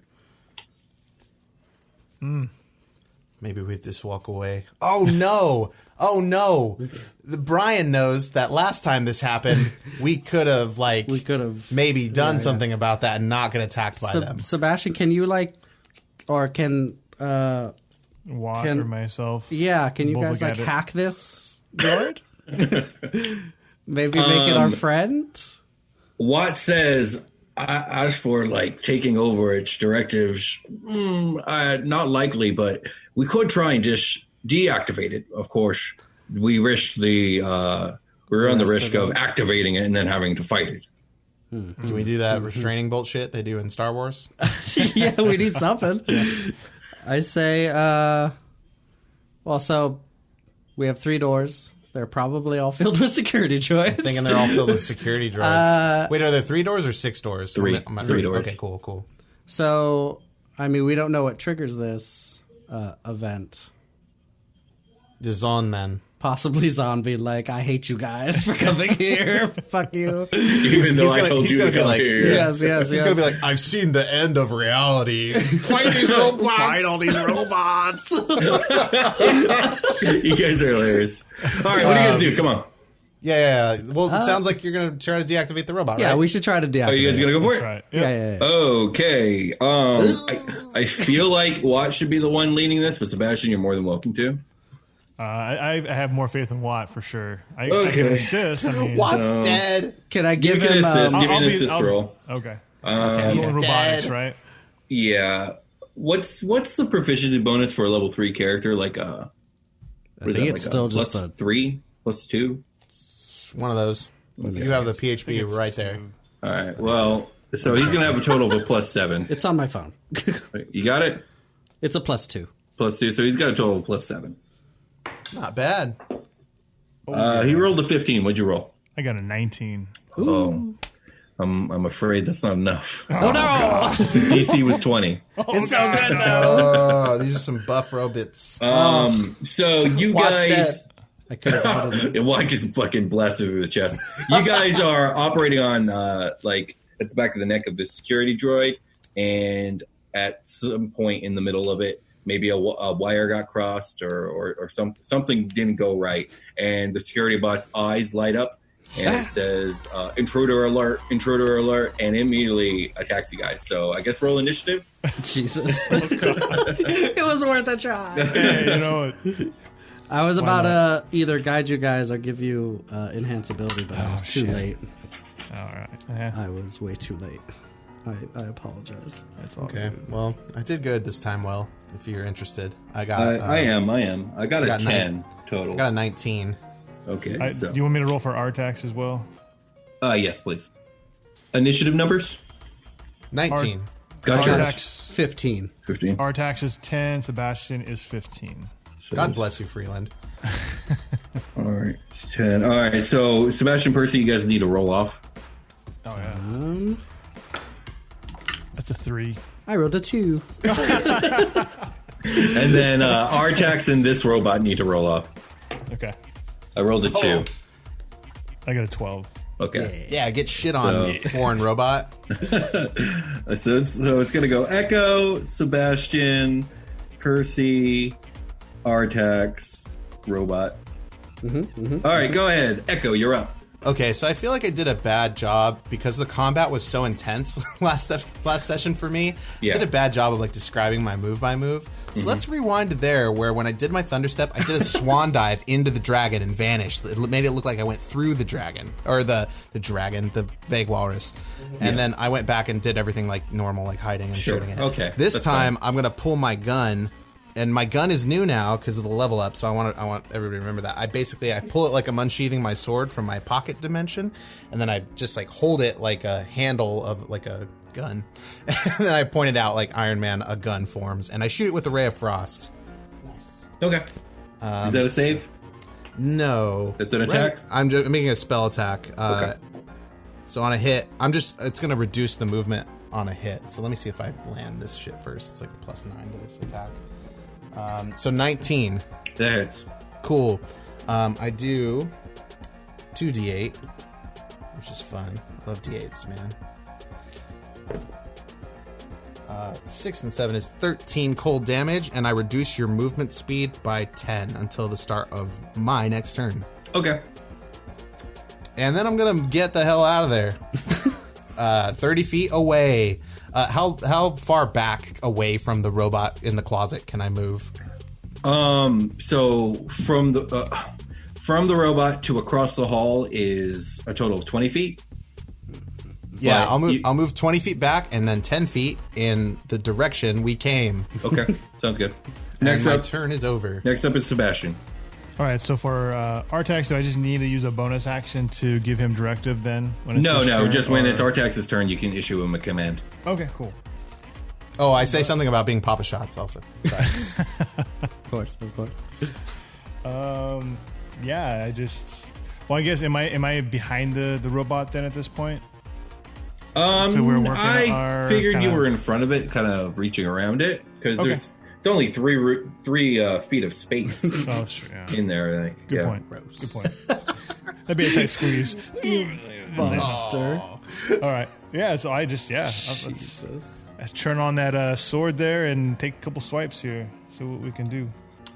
[SPEAKER 4] Maybe we just walk away. Oh no. Oh no. The Brian knows that last time this happened, we could have like
[SPEAKER 2] We could have
[SPEAKER 4] maybe done something about that and not get attacked by
[SPEAKER 2] Seb-
[SPEAKER 4] them.
[SPEAKER 2] Sebastian, can you like, or can uh,
[SPEAKER 3] Water
[SPEAKER 2] Can-
[SPEAKER 3] myself.
[SPEAKER 2] yeah, can you
[SPEAKER 3] Both
[SPEAKER 2] guys
[SPEAKER 3] look
[SPEAKER 2] like
[SPEAKER 3] at it.
[SPEAKER 2] hack this droid? Maybe make
[SPEAKER 1] Um,
[SPEAKER 2] it our friend. [LAUGHS]
[SPEAKER 1] Watt says, "I- as for like taking over its directives, mm, uh, not likely, but we could try and just deactivate it, of course. we risked the uh, we were on the risk of activating it and then having to fight it.
[SPEAKER 4] Can we do that restraining bolt shit they do in Star Wars?
[SPEAKER 2] yeah, we need something. I say, uh, well, so we have three doors. They're probably all filled with security droids. [LAUGHS]
[SPEAKER 4] Thinking they're all filled with security
[SPEAKER 2] Uh,
[SPEAKER 4] droids. Wait, are there three doors or six doors?
[SPEAKER 1] Three.
[SPEAKER 4] I'm not-
[SPEAKER 1] Three doors.
[SPEAKER 4] Okay, cool, cool.
[SPEAKER 2] so, I mean, we don't know what triggers this uh, event.
[SPEAKER 4] Just on then.
[SPEAKER 2] Possibly zombie, like, I hate you guys for coming here. Fuck you. Yes,
[SPEAKER 1] Even though
[SPEAKER 4] he's
[SPEAKER 1] I
[SPEAKER 4] gonna-
[SPEAKER 1] told
[SPEAKER 4] he's
[SPEAKER 1] you to
[SPEAKER 4] gonna be
[SPEAKER 1] come
[SPEAKER 4] like,
[SPEAKER 1] here,
[SPEAKER 2] yes, yes.
[SPEAKER 4] He's gonna be like, I've seen the end of reality.
[SPEAKER 2] [LAUGHS]
[SPEAKER 4] Fight [LAUGHS] these robots.
[SPEAKER 3] Fight all these robots.
[SPEAKER 1] [LAUGHS] you guys are hilarious. All right, what do you guys do? Come on.
[SPEAKER 4] Yeah, yeah, yeah. Well, it sounds like you're gonna try to deactivate the robot.
[SPEAKER 2] Uh, yeah,
[SPEAKER 4] right?
[SPEAKER 2] we should try to deactivate.
[SPEAKER 1] Are Oh, you guys gonna Uh, go for it?
[SPEAKER 3] right.
[SPEAKER 2] Yeah, yeah, yeah.
[SPEAKER 1] Okay. Um, I, I feel like Watt should be the one leading this, but Sebastian, you're more than welcome to. Um,
[SPEAKER 3] Uh, I, I have more faith in Watt for sure. I, I can
[SPEAKER 1] Okay.
[SPEAKER 3] assist. I mean,
[SPEAKER 4] Watt's dead.
[SPEAKER 2] Can I give
[SPEAKER 1] can
[SPEAKER 2] him?
[SPEAKER 1] assist.
[SPEAKER 2] Um,
[SPEAKER 1] Give me an
[SPEAKER 3] I'll be-
[SPEAKER 1] assist
[SPEAKER 3] I'll-
[SPEAKER 1] roll. Um,
[SPEAKER 3] Okay. okay. I'm
[SPEAKER 4] he's
[SPEAKER 3] going robotics,
[SPEAKER 4] dead.
[SPEAKER 3] right?
[SPEAKER 1] Yeah. What's what's the proficiency bonus for a level three character? Like uh, a
[SPEAKER 2] I think it's still just a.
[SPEAKER 1] three plus two.
[SPEAKER 4] One of those. You have the PHP
[SPEAKER 3] It's
[SPEAKER 4] right there.
[SPEAKER 1] All right. Well, so he's gonna have a total of a plus
[SPEAKER 2] [LAUGHS]
[SPEAKER 1] seven.
[SPEAKER 2] It's on my phone.
[SPEAKER 1] You got it.
[SPEAKER 2] It's a plus two.
[SPEAKER 1] Plus two. So he's got a total of plus seven.
[SPEAKER 4] Not bad.
[SPEAKER 1] Uh, he rolled a fifteen. What'd you roll?
[SPEAKER 3] I got a 19.
[SPEAKER 1] Oh, I'm I'm afraid that's not enough. [LAUGHS]
[SPEAKER 2] Oh, no!
[SPEAKER 1] DC was twenty.
[SPEAKER 2] It's so good though.
[SPEAKER 4] Oh, these are some buff robits.
[SPEAKER 2] Uh,
[SPEAKER 1] Um. So you
[SPEAKER 4] What's
[SPEAKER 1] guys.
[SPEAKER 2] I could have
[SPEAKER 1] it
[SPEAKER 4] [LAUGHS]
[SPEAKER 1] like just fucking blasted through the chest. You guys are operating on uh, like at the back of the neck of the security droid, and at some point in the middle of it, maybe a, wi- a wire got crossed or, or or some something didn't go right, and the security bot's eyes light up, and it says uh, "Intruder alert! Intruder alert!" and immediately attacks you guys. So I guess roll initiative.
[SPEAKER 2] Jesus. [LAUGHS] it was worth a try.
[SPEAKER 3] Hey, you know what?
[SPEAKER 2] I was about to either guide you guys or give you uh, enhance ability, but I was too
[SPEAKER 3] shit.
[SPEAKER 2] late.
[SPEAKER 3] All right. Yeah,
[SPEAKER 2] I was way too late. I, I apologize.
[SPEAKER 3] that's all
[SPEAKER 4] Okay.
[SPEAKER 3] good.
[SPEAKER 4] Well, I did good this time. Well, if you're interested, I got.
[SPEAKER 1] I,
[SPEAKER 4] uh,
[SPEAKER 1] I am. I am. I got a
[SPEAKER 4] got
[SPEAKER 1] ten
[SPEAKER 4] nine.
[SPEAKER 1] total.
[SPEAKER 4] I got a 19.
[SPEAKER 1] okay.
[SPEAKER 3] I,
[SPEAKER 1] so
[SPEAKER 3] Do you want me to roll for RTAX as well?
[SPEAKER 1] uh, yes, please. Initiative numbers.
[SPEAKER 4] 19.
[SPEAKER 1] Got yours.
[SPEAKER 3] RTAX,
[SPEAKER 2] 15.
[SPEAKER 1] 15.
[SPEAKER 3] RTAX is 10. Sebastian is 15.
[SPEAKER 4] God bless you, Freeland.
[SPEAKER 1] All right. 10. All right. So, Sebastian Percy, you guys need to roll off.
[SPEAKER 3] Oh, yeah. that's a three.
[SPEAKER 2] I rolled a 2.
[SPEAKER 1] And then
[SPEAKER 4] [LAUGHS]
[SPEAKER 1] uh, Artax and this robot need to roll off.
[SPEAKER 3] Okay.
[SPEAKER 1] I rolled a two.
[SPEAKER 3] I got a 12.
[SPEAKER 1] Okay.
[SPEAKER 4] Oh. Yeah, get shit on,
[SPEAKER 1] So-
[SPEAKER 4] you foreign robot.
[SPEAKER 1] [LAUGHS] So, it's, so it's going to go Echo, Sebastian, Percy, Artax, robot.
[SPEAKER 4] Mm-hmm,
[SPEAKER 1] All right. Go ahead. Echo, you're up.
[SPEAKER 4] Okay, so I feel like I did a bad job because the combat was so intense [LAUGHS] last se- last session for me.
[SPEAKER 1] Yeah. Mm-hmm.
[SPEAKER 4] I did a bad job of like describing my move by move. So let's rewind to there where when I did my thunder step, I did
[SPEAKER 1] [LAUGHS]
[SPEAKER 4] a swan dive into the dragon and vanished. It made it look like I went through the dragon or the the dragon, the vague walrus.
[SPEAKER 1] Mm-hmm.
[SPEAKER 4] And then I went back and did everything like normal, like hiding and
[SPEAKER 1] Sure,
[SPEAKER 4] shooting it.
[SPEAKER 1] okay,
[SPEAKER 4] This
[SPEAKER 1] that's
[SPEAKER 4] time I'm gonna pull my gun, and my gun is new now because of the level up. So I want I want everybody to remember that. I basically I pull it like I'm unsheathing my sword from my pocket dimension, and then I just like hold it like a handle of like a gun, [LAUGHS] and then I point it out like Iron Man a gun forms, and I shoot it with a ray of frost.
[SPEAKER 1] Okay. Is that a
[SPEAKER 4] Um,
[SPEAKER 1] save?
[SPEAKER 4] No,
[SPEAKER 1] That's an attack?
[SPEAKER 4] I'm just making a spell attack. Uh, So on a hit, I'm just it's gonna reduce the movement on a hit. So let me see if I land this shit first. It's like a plus nine to this attack. Um, so 19.
[SPEAKER 1] That hurts.
[SPEAKER 4] Cool. Um, I do 2d8, which is fun. Love d8s, man. Uh, 6 and 7 is 13 cold damage, and I reduce your movement speed by 10 until the start of my next turn.
[SPEAKER 1] Okay.
[SPEAKER 4] And then I'm going to get the hell out of [LAUGHS] there. uh, 30 feet away. Uh, how, how far back away from the robot in the closet can I move?
[SPEAKER 1] Um. So from the uh, from the robot to across the hall is a total of twenty feet.
[SPEAKER 4] Yeah,
[SPEAKER 1] But
[SPEAKER 4] I'll move.
[SPEAKER 1] you-
[SPEAKER 4] I'll move twenty feet back and then ten feet in the direction we came. [LAUGHS]
[SPEAKER 1] Okay, sounds good. Next
[SPEAKER 4] Next my
[SPEAKER 1] up,
[SPEAKER 4] turn is over.
[SPEAKER 1] next up is Sebastian.
[SPEAKER 3] All right. So for uh, Artax, do I just need to use a bonus action to give him directive then? When
[SPEAKER 1] No,
[SPEAKER 3] his
[SPEAKER 1] no,
[SPEAKER 3] turn,
[SPEAKER 1] just when
[SPEAKER 3] or-
[SPEAKER 1] it's Artax's turn, you can issue him a command.
[SPEAKER 3] Okay, cool.
[SPEAKER 4] Oh, I say something about being Papa Shots also.
[SPEAKER 2] Of course, of course.
[SPEAKER 3] Um, yeah, I just. Well, I guess am I am I behind the the robot then at this point?
[SPEAKER 1] Um,
[SPEAKER 3] So we're working
[SPEAKER 1] I
[SPEAKER 3] our
[SPEAKER 1] figured you
[SPEAKER 3] kinda-
[SPEAKER 1] were in front of it, kind of reaching around it, because
[SPEAKER 3] Okay.
[SPEAKER 1] there's it's only three ru- three uh, feet of
[SPEAKER 3] [LAUGHS]
[SPEAKER 1] space
[SPEAKER 3] Oh, sure. Yeah.
[SPEAKER 1] in there. like,
[SPEAKER 3] Good
[SPEAKER 1] yeah.
[SPEAKER 3] point. Good point. That'd be a tight squeeze.
[SPEAKER 2] Monster.
[SPEAKER 3] All right. Yeah. So I just yeah. Let's, let's turn on that uh, sword there and take a couple swipes here. See what we can do.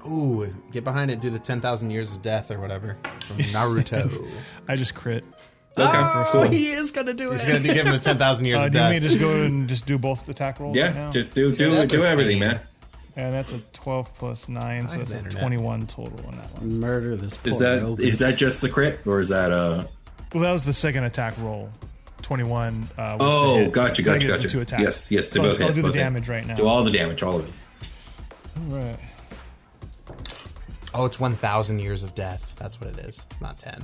[SPEAKER 4] Ooh, get behind it. Do the ten thousand years of death or whatever [LAUGHS] from Naruto.
[SPEAKER 3] I just crit.
[SPEAKER 1] Okay.
[SPEAKER 2] Oh, he is gonna do
[SPEAKER 4] He's
[SPEAKER 2] it.
[SPEAKER 4] gonna do, give him the ten thousand years
[SPEAKER 3] Uh,
[SPEAKER 4] of
[SPEAKER 3] do you
[SPEAKER 4] death.
[SPEAKER 3] mean just go and just do both attack rolls? right
[SPEAKER 1] Yeah,
[SPEAKER 3] now?
[SPEAKER 1] just do do do
[SPEAKER 4] definitely.
[SPEAKER 1] everything, man.
[SPEAKER 3] And that's a twelve plus nine, so
[SPEAKER 4] have
[SPEAKER 3] that's a
[SPEAKER 4] internet.
[SPEAKER 3] twenty-one total on that one.
[SPEAKER 2] [LAUGHS] Murder this. Poor
[SPEAKER 1] Is that
[SPEAKER 2] robot.
[SPEAKER 1] is that just the crit or is that uh?
[SPEAKER 3] Well, that was the second attack roll. Twenty-one. Uh, with the
[SPEAKER 1] Oh,
[SPEAKER 3] hit.
[SPEAKER 1] gotcha,
[SPEAKER 3] So I
[SPEAKER 1] gotcha,
[SPEAKER 3] get the
[SPEAKER 1] gotcha.
[SPEAKER 3] Two attacks.
[SPEAKER 1] Yes, yes, they
[SPEAKER 3] So I'll-
[SPEAKER 1] both hit.
[SPEAKER 3] I'll do
[SPEAKER 1] both
[SPEAKER 3] the
[SPEAKER 1] hit.
[SPEAKER 3] damage right now.
[SPEAKER 1] Do all the damage, all of it.
[SPEAKER 3] Right.
[SPEAKER 4] Oh, it's one thousand years of death. That's what it is, not ten.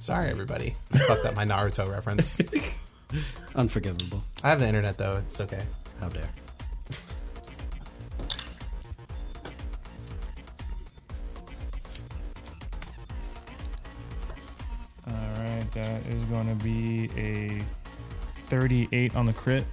[SPEAKER 4] Sorry, everybody. I fucked up my Naruto reference.
[SPEAKER 2] unforgivable?
[SPEAKER 4] I have the internet though. It's okay.
[SPEAKER 2] How dare?
[SPEAKER 3] All right. That is going to be a thirty-eight on the crit.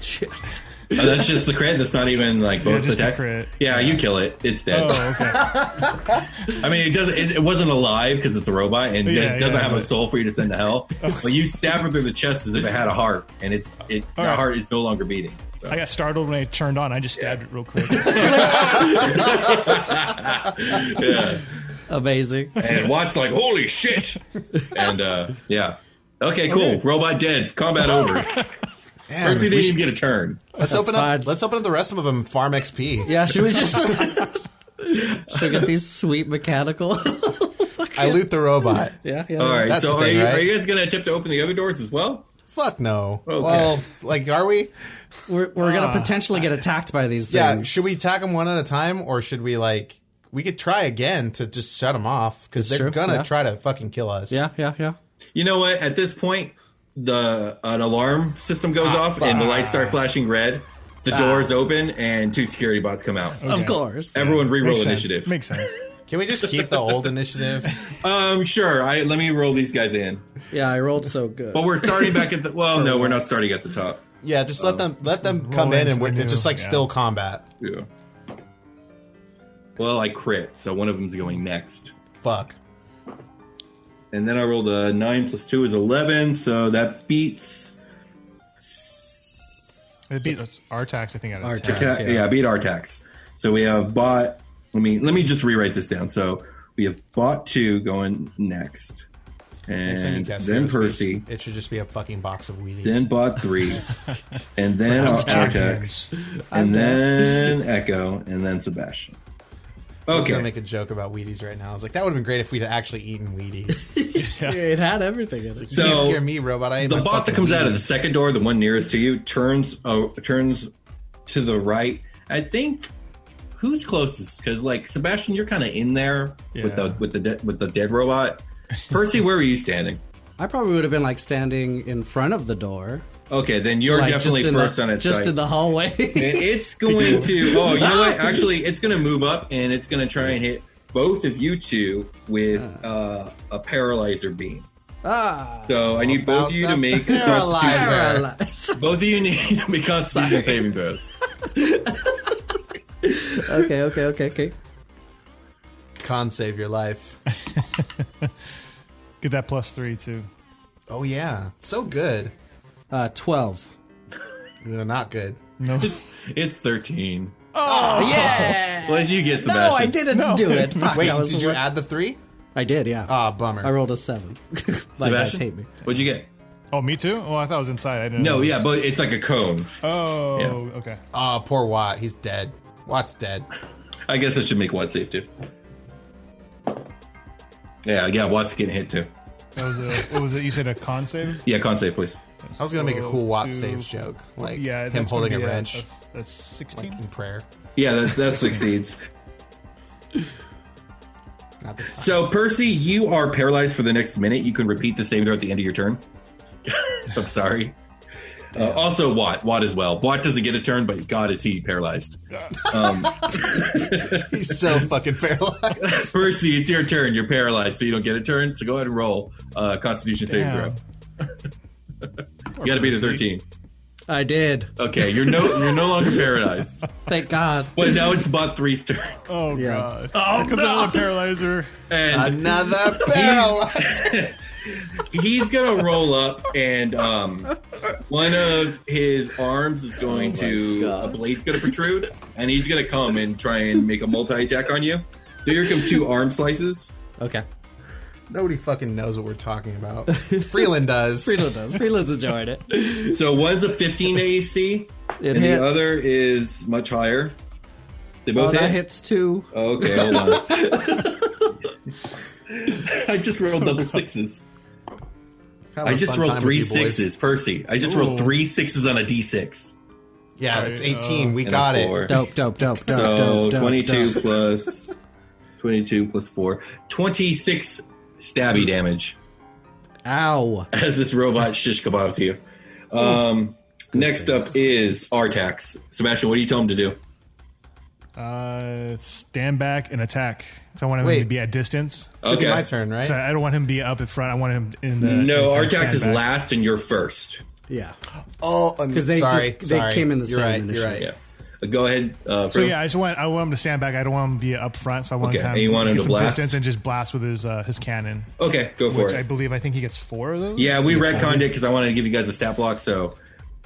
[SPEAKER 4] Shit.
[SPEAKER 1] Oh, [LAUGHS] that's just the crit. That's not even like both
[SPEAKER 3] just the
[SPEAKER 1] attacks.
[SPEAKER 3] crit.
[SPEAKER 1] Yeah, you kill it. It's dead.
[SPEAKER 3] Oh, okay.
[SPEAKER 1] I mean, it doesn't. It, it wasn't alive because it's a robot and
[SPEAKER 3] Yeah,
[SPEAKER 1] it doesn't
[SPEAKER 3] yeah, Oh.
[SPEAKER 1] have a
[SPEAKER 3] but-
[SPEAKER 1] soul for you to send to
[SPEAKER 3] [LAUGHS]
[SPEAKER 1] hell. But you stab it through the chest as if it had a heart, and it's it. The
[SPEAKER 3] All right.
[SPEAKER 1] heart is no longer beating. So
[SPEAKER 3] [LAUGHS] I got startled when I turned on. I just stabbed it
[SPEAKER 1] [LAUGHS]
[SPEAKER 3] real quick.
[SPEAKER 1] yeah.
[SPEAKER 2] [LAUGHS] Amazing.
[SPEAKER 1] And Watt's like, "Holy
[SPEAKER 3] [LAUGHS]
[SPEAKER 1] shit!" And uh, yeah. Okay, cool. Robot dead. Combat
[SPEAKER 3] [LAUGHS]
[SPEAKER 1] over. First, he didn't even get a turn.
[SPEAKER 4] let's open
[SPEAKER 2] fine.
[SPEAKER 4] up. Let's open up the rest of them. Farm XP.
[SPEAKER 2] Yeah, should we just [LAUGHS] should we get these sweet mechanical?
[SPEAKER 4] I loot the robot.
[SPEAKER 2] [LAUGHS] yeah, yeah.
[SPEAKER 1] All right.
[SPEAKER 4] That's
[SPEAKER 1] so,
[SPEAKER 4] the thing,
[SPEAKER 1] are, you,
[SPEAKER 4] right?
[SPEAKER 1] are you guys going to attempt to open the other doors as well?
[SPEAKER 4] Fuck no.
[SPEAKER 1] Okay.
[SPEAKER 4] Well, like, are we?
[SPEAKER 2] We're, we're gonna
[SPEAKER 3] Ah.
[SPEAKER 2] potentially get attacked by these
[SPEAKER 4] Yeah.
[SPEAKER 2] things.
[SPEAKER 4] Should we attack them one at a time, or should we like? We could try again to just shut them off because they're
[SPEAKER 2] true,
[SPEAKER 4] gonna
[SPEAKER 2] yeah.
[SPEAKER 4] try to fucking kill us.
[SPEAKER 2] Yeah, yeah, yeah.
[SPEAKER 1] You know what? At this point, the an alarm system goes
[SPEAKER 3] Ah,
[SPEAKER 1] off and the lights start flashing red. The doors open and two security bots come out.
[SPEAKER 3] Okay.
[SPEAKER 2] Of course.
[SPEAKER 1] Everyone re-roll
[SPEAKER 3] Makes sense.
[SPEAKER 1] initiative.
[SPEAKER 3] Makes sense.
[SPEAKER 4] Can we just keep the [LAUGHS] old initiative?
[SPEAKER 1] Um, sure. I let me roll these guys in.
[SPEAKER 2] yeah, I rolled so good.
[SPEAKER 1] But we're starting back at the. [LAUGHS] Well, no, we're not starting at the top.
[SPEAKER 4] Yeah, just let them let them come
[SPEAKER 3] roll
[SPEAKER 4] in and
[SPEAKER 3] into
[SPEAKER 4] win.
[SPEAKER 3] the
[SPEAKER 4] It's just
[SPEAKER 3] new-
[SPEAKER 4] like
[SPEAKER 3] yeah.
[SPEAKER 4] still combat.
[SPEAKER 1] Yeah. Well, I crit, so one of them's going next.
[SPEAKER 4] Fuck.
[SPEAKER 1] And then I rolled a 9 plus 2 is 11, so that beats.
[SPEAKER 3] It beat that's Artax, I think, out of
[SPEAKER 2] Artax.
[SPEAKER 3] 10.
[SPEAKER 1] Yeah, yeah beat Artax. So we have bot. Let me let me just rewrite this down. So we have bot two going next,
[SPEAKER 4] Next time you
[SPEAKER 1] and
[SPEAKER 4] cast
[SPEAKER 1] then
[SPEAKER 4] Heroes,
[SPEAKER 1] Percy,
[SPEAKER 4] It should just be a fucking box of Wheaties.
[SPEAKER 1] then
[SPEAKER 4] [LAUGHS]
[SPEAKER 1] bot three, and then Artax,
[SPEAKER 3] Champions.
[SPEAKER 1] and then Echo, and then Sebastian.
[SPEAKER 4] I was gonna
[SPEAKER 1] Okay,
[SPEAKER 4] make a joke about Wheaties right now. I was like, that would have been great if we'd actually eaten Wheaties.
[SPEAKER 2] it had everything in it.
[SPEAKER 4] you can't
[SPEAKER 1] so
[SPEAKER 4] scare me, robot. I ate
[SPEAKER 1] the
[SPEAKER 4] my
[SPEAKER 1] bot that
[SPEAKER 4] fucking
[SPEAKER 1] comes out of the
[SPEAKER 4] Wheaties.
[SPEAKER 1] second door, the one nearest to you, turns uh, turns to the right. I think who's closest? Because like Sebastian, you're kind of in there with
[SPEAKER 3] Yeah.
[SPEAKER 1] the with the de- with the dead robot. Percy, where are you standing?
[SPEAKER 2] I probably would have been like standing in front of the door.
[SPEAKER 1] Okay, then you're
[SPEAKER 2] Like,
[SPEAKER 1] definitely
[SPEAKER 2] just in
[SPEAKER 1] first
[SPEAKER 2] the,
[SPEAKER 1] on its
[SPEAKER 2] Just
[SPEAKER 1] side.
[SPEAKER 2] in the
[SPEAKER 1] [LAUGHS]
[SPEAKER 2] hallway.
[SPEAKER 1] and it's going to. Oh, you know what? Actually, it's going to move up and it's going to try and hit both of you two with uh, a paralyzer beam.
[SPEAKER 2] ah.
[SPEAKER 1] So I need both of you to
[SPEAKER 4] About
[SPEAKER 1] make
[SPEAKER 4] the
[SPEAKER 1] constitution.
[SPEAKER 4] paralyzer.
[SPEAKER 2] [LAUGHS]
[SPEAKER 1] [LAUGHS]
[SPEAKER 2] Paralyzed.
[SPEAKER 1] Both of you need to make constitution saving throws.
[SPEAKER 2] okay, okay, okay, okay.
[SPEAKER 4] Con save your life.
[SPEAKER 3] Get that plus three, too.
[SPEAKER 4] Oh yeah, so good.
[SPEAKER 2] Uh, 12.
[SPEAKER 4] No,
[SPEAKER 1] [LAUGHS]
[SPEAKER 4] not good.
[SPEAKER 3] No.
[SPEAKER 1] It's thirteen.
[SPEAKER 2] Yeah!
[SPEAKER 1] Well, as you get
[SPEAKER 2] No,
[SPEAKER 1] Sebastian.
[SPEAKER 2] I didn't do it. Fuck,
[SPEAKER 4] [LAUGHS] Wait,
[SPEAKER 2] I was
[SPEAKER 4] did you
[SPEAKER 2] like-
[SPEAKER 4] add the three?
[SPEAKER 2] I did, yeah.
[SPEAKER 4] Ah, bummer.
[SPEAKER 2] I rolled a 7. [LAUGHS] like, guys
[SPEAKER 1] Sebastian,
[SPEAKER 2] hate me.
[SPEAKER 1] what'd you get?
[SPEAKER 3] Oh, me too? Oh, I thought it was inside. I didn't
[SPEAKER 1] No,
[SPEAKER 3] know.
[SPEAKER 1] yeah, but it's like a cone.
[SPEAKER 3] Oh,
[SPEAKER 1] Yeah.
[SPEAKER 3] okay.
[SPEAKER 4] Ah, poor Watt. He's dead. Watt's dead.
[SPEAKER 1] I guess I should make Watt safe too. Yeah, yeah, Watt's getting hit too.
[SPEAKER 3] That was a, what was it? You said a con save?
[SPEAKER 1] Yeah, con save, please.
[SPEAKER 4] I was gonna make a cool Watt
[SPEAKER 3] Two.
[SPEAKER 4] saves joke, like
[SPEAKER 3] Yeah. that's
[SPEAKER 4] him
[SPEAKER 3] gonna
[SPEAKER 4] holding a
[SPEAKER 3] be
[SPEAKER 4] wrench
[SPEAKER 3] that's 16?
[SPEAKER 4] in prayer. [LAUGHS]
[SPEAKER 1] Yeah, that that succeeds.
[SPEAKER 4] Not this time.
[SPEAKER 1] So, Percy, you are paralyzed for the next minute. You can repeat the same throw at the end of your
[SPEAKER 4] [LAUGHS]
[SPEAKER 1] turn. I'm sorry. Uh, also, Watt. Watt as well. Watt doesn't get a turn, but God, is he paralyzed.
[SPEAKER 4] He's so fucking paralyzed.
[SPEAKER 1] Percy, it's your turn. You're paralyzed, so you don't get a turn. So go ahead and roll uh, Constitution saving throw.
[SPEAKER 3] Damn.
[SPEAKER 1] You got to beat a
[SPEAKER 3] Percy.
[SPEAKER 1] 13.
[SPEAKER 2] I did.
[SPEAKER 1] Okay, you're no you're no longer paralyzed.
[SPEAKER 2] Thank God.
[SPEAKER 1] But now it's Bot Three's turn.
[SPEAKER 3] Oh
[SPEAKER 2] Yeah.
[SPEAKER 3] god! Oh Here comes another paralyzer.
[SPEAKER 1] And
[SPEAKER 4] [LAUGHS] Another paralyzed.
[SPEAKER 1] he's gonna roll up and um one of his arms is going
[SPEAKER 2] Oh
[SPEAKER 1] to a blade's gonna protrude and he's gonna come and try and make a multi-attack on you. So here come two arm slices.
[SPEAKER 2] Okay.
[SPEAKER 4] Nobody fucking knows what we're talking about. Freeland does.
[SPEAKER 2] Freeland does. Freeland's enjoying it.
[SPEAKER 1] So one's a 15 to AC,
[SPEAKER 2] It
[SPEAKER 1] and
[SPEAKER 2] hits.
[SPEAKER 1] the other is much higher. They
[SPEAKER 2] Oh,
[SPEAKER 1] both
[SPEAKER 2] that
[SPEAKER 1] hit.
[SPEAKER 2] hits too.
[SPEAKER 1] Okay, hold on. [LAUGHS] I just rolled double sixes.
[SPEAKER 4] Having
[SPEAKER 1] I
[SPEAKER 4] a
[SPEAKER 1] just
[SPEAKER 4] fun time
[SPEAKER 1] rolled
[SPEAKER 4] with
[SPEAKER 1] three
[SPEAKER 4] you boys.
[SPEAKER 1] sixes, Percy. I just rolled
[SPEAKER 3] Ooh.
[SPEAKER 1] three sixes on a d6.
[SPEAKER 4] Yeah, it's
[SPEAKER 3] Uh,
[SPEAKER 4] 18. We
[SPEAKER 1] and a
[SPEAKER 4] got
[SPEAKER 1] four.
[SPEAKER 4] it.
[SPEAKER 2] Dope, dope, dope, dope,
[SPEAKER 1] So
[SPEAKER 2] dope, dope.
[SPEAKER 1] 22
[SPEAKER 2] dope.
[SPEAKER 1] plus 22 plus 4. 26 stabby damage
[SPEAKER 2] Ow.
[SPEAKER 1] [LAUGHS] as this robot shish kebabs you. Um, next up is Artax. Sebastian, what do you tell him to do?
[SPEAKER 3] Uh, stand back and attack. So I want him
[SPEAKER 4] Wait.
[SPEAKER 3] to be at distance.
[SPEAKER 4] Should be
[SPEAKER 1] Okay.
[SPEAKER 4] my turn, right?
[SPEAKER 3] So I don't want him to be up in front. I want him in the.
[SPEAKER 1] No,
[SPEAKER 3] in the
[SPEAKER 1] Artax
[SPEAKER 3] stand
[SPEAKER 1] is
[SPEAKER 3] back.
[SPEAKER 1] last and you're first.
[SPEAKER 2] Yeah.
[SPEAKER 4] Oh, because
[SPEAKER 2] they
[SPEAKER 4] sorry,
[SPEAKER 2] just- they
[SPEAKER 4] sorry.
[SPEAKER 2] came in the
[SPEAKER 4] you're
[SPEAKER 2] same
[SPEAKER 4] right,
[SPEAKER 2] initially.
[SPEAKER 4] You're right.
[SPEAKER 1] Yeah. Go ahead. Uh,
[SPEAKER 3] So
[SPEAKER 1] Fro.
[SPEAKER 3] yeah, I just want I want him to stand back. I don't want him to be up front. So I want
[SPEAKER 1] Okay,
[SPEAKER 3] him
[SPEAKER 1] and
[SPEAKER 3] to
[SPEAKER 1] you want him
[SPEAKER 3] get
[SPEAKER 1] to
[SPEAKER 3] some
[SPEAKER 1] blast?
[SPEAKER 3] distance and just blast with his uh, his cannon,
[SPEAKER 1] Okay, go for
[SPEAKER 3] which
[SPEAKER 1] it.
[SPEAKER 3] I believe I think he gets four of those.
[SPEAKER 1] Yeah, we retconned it because I wanted to give you guys a stat block. So,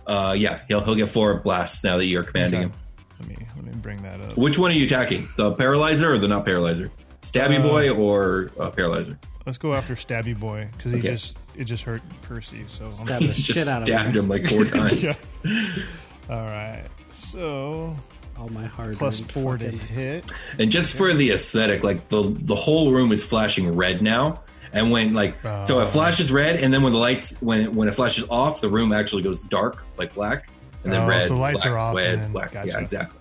[SPEAKER 1] uh, yeah, he'll he'll get four blasts now that you're commanding him.
[SPEAKER 3] Okay. Let me let me bring that up.
[SPEAKER 1] Which one are you attacking? The paralyzer or the not paralyzer? Stabby boy or uh, paralyzer?
[SPEAKER 3] Let's go after Stabby Boy because he
[SPEAKER 1] Okay.
[SPEAKER 3] just it just hurt Percy. So I'm
[SPEAKER 2] Stab
[SPEAKER 1] [LAUGHS]
[SPEAKER 2] the
[SPEAKER 1] Just
[SPEAKER 2] shit out of
[SPEAKER 1] stabbed
[SPEAKER 2] me.
[SPEAKER 1] him like
[SPEAKER 3] [LAUGHS]
[SPEAKER 1] four times.
[SPEAKER 3] Yeah. [LAUGHS] all right. So
[SPEAKER 2] All my hard
[SPEAKER 3] plus
[SPEAKER 2] earned
[SPEAKER 3] four to
[SPEAKER 2] fucking-
[SPEAKER 3] hit.
[SPEAKER 1] And just for the aesthetic, like the the whole room is flashing red now. And when like
[SPEAKER 3] Uh.
[SPEAKER 1] so it flashes red, and then when the lights when it, when it flashes off, the room actually goes dark, like black, and then
[SPEAKER 3] Oh,
[SPEAKER 1] red.
[SPEAKER 3] so lights
[SPEAKER 1] black,
[SPEAKER 3] are off
[SPEAKER 1] Red,
[SPEAKER 3] and then-
[SPEAKER 1] black. Yeah,
[SPEAKER 3] gotcha.
[SPEAKER 1] exactly.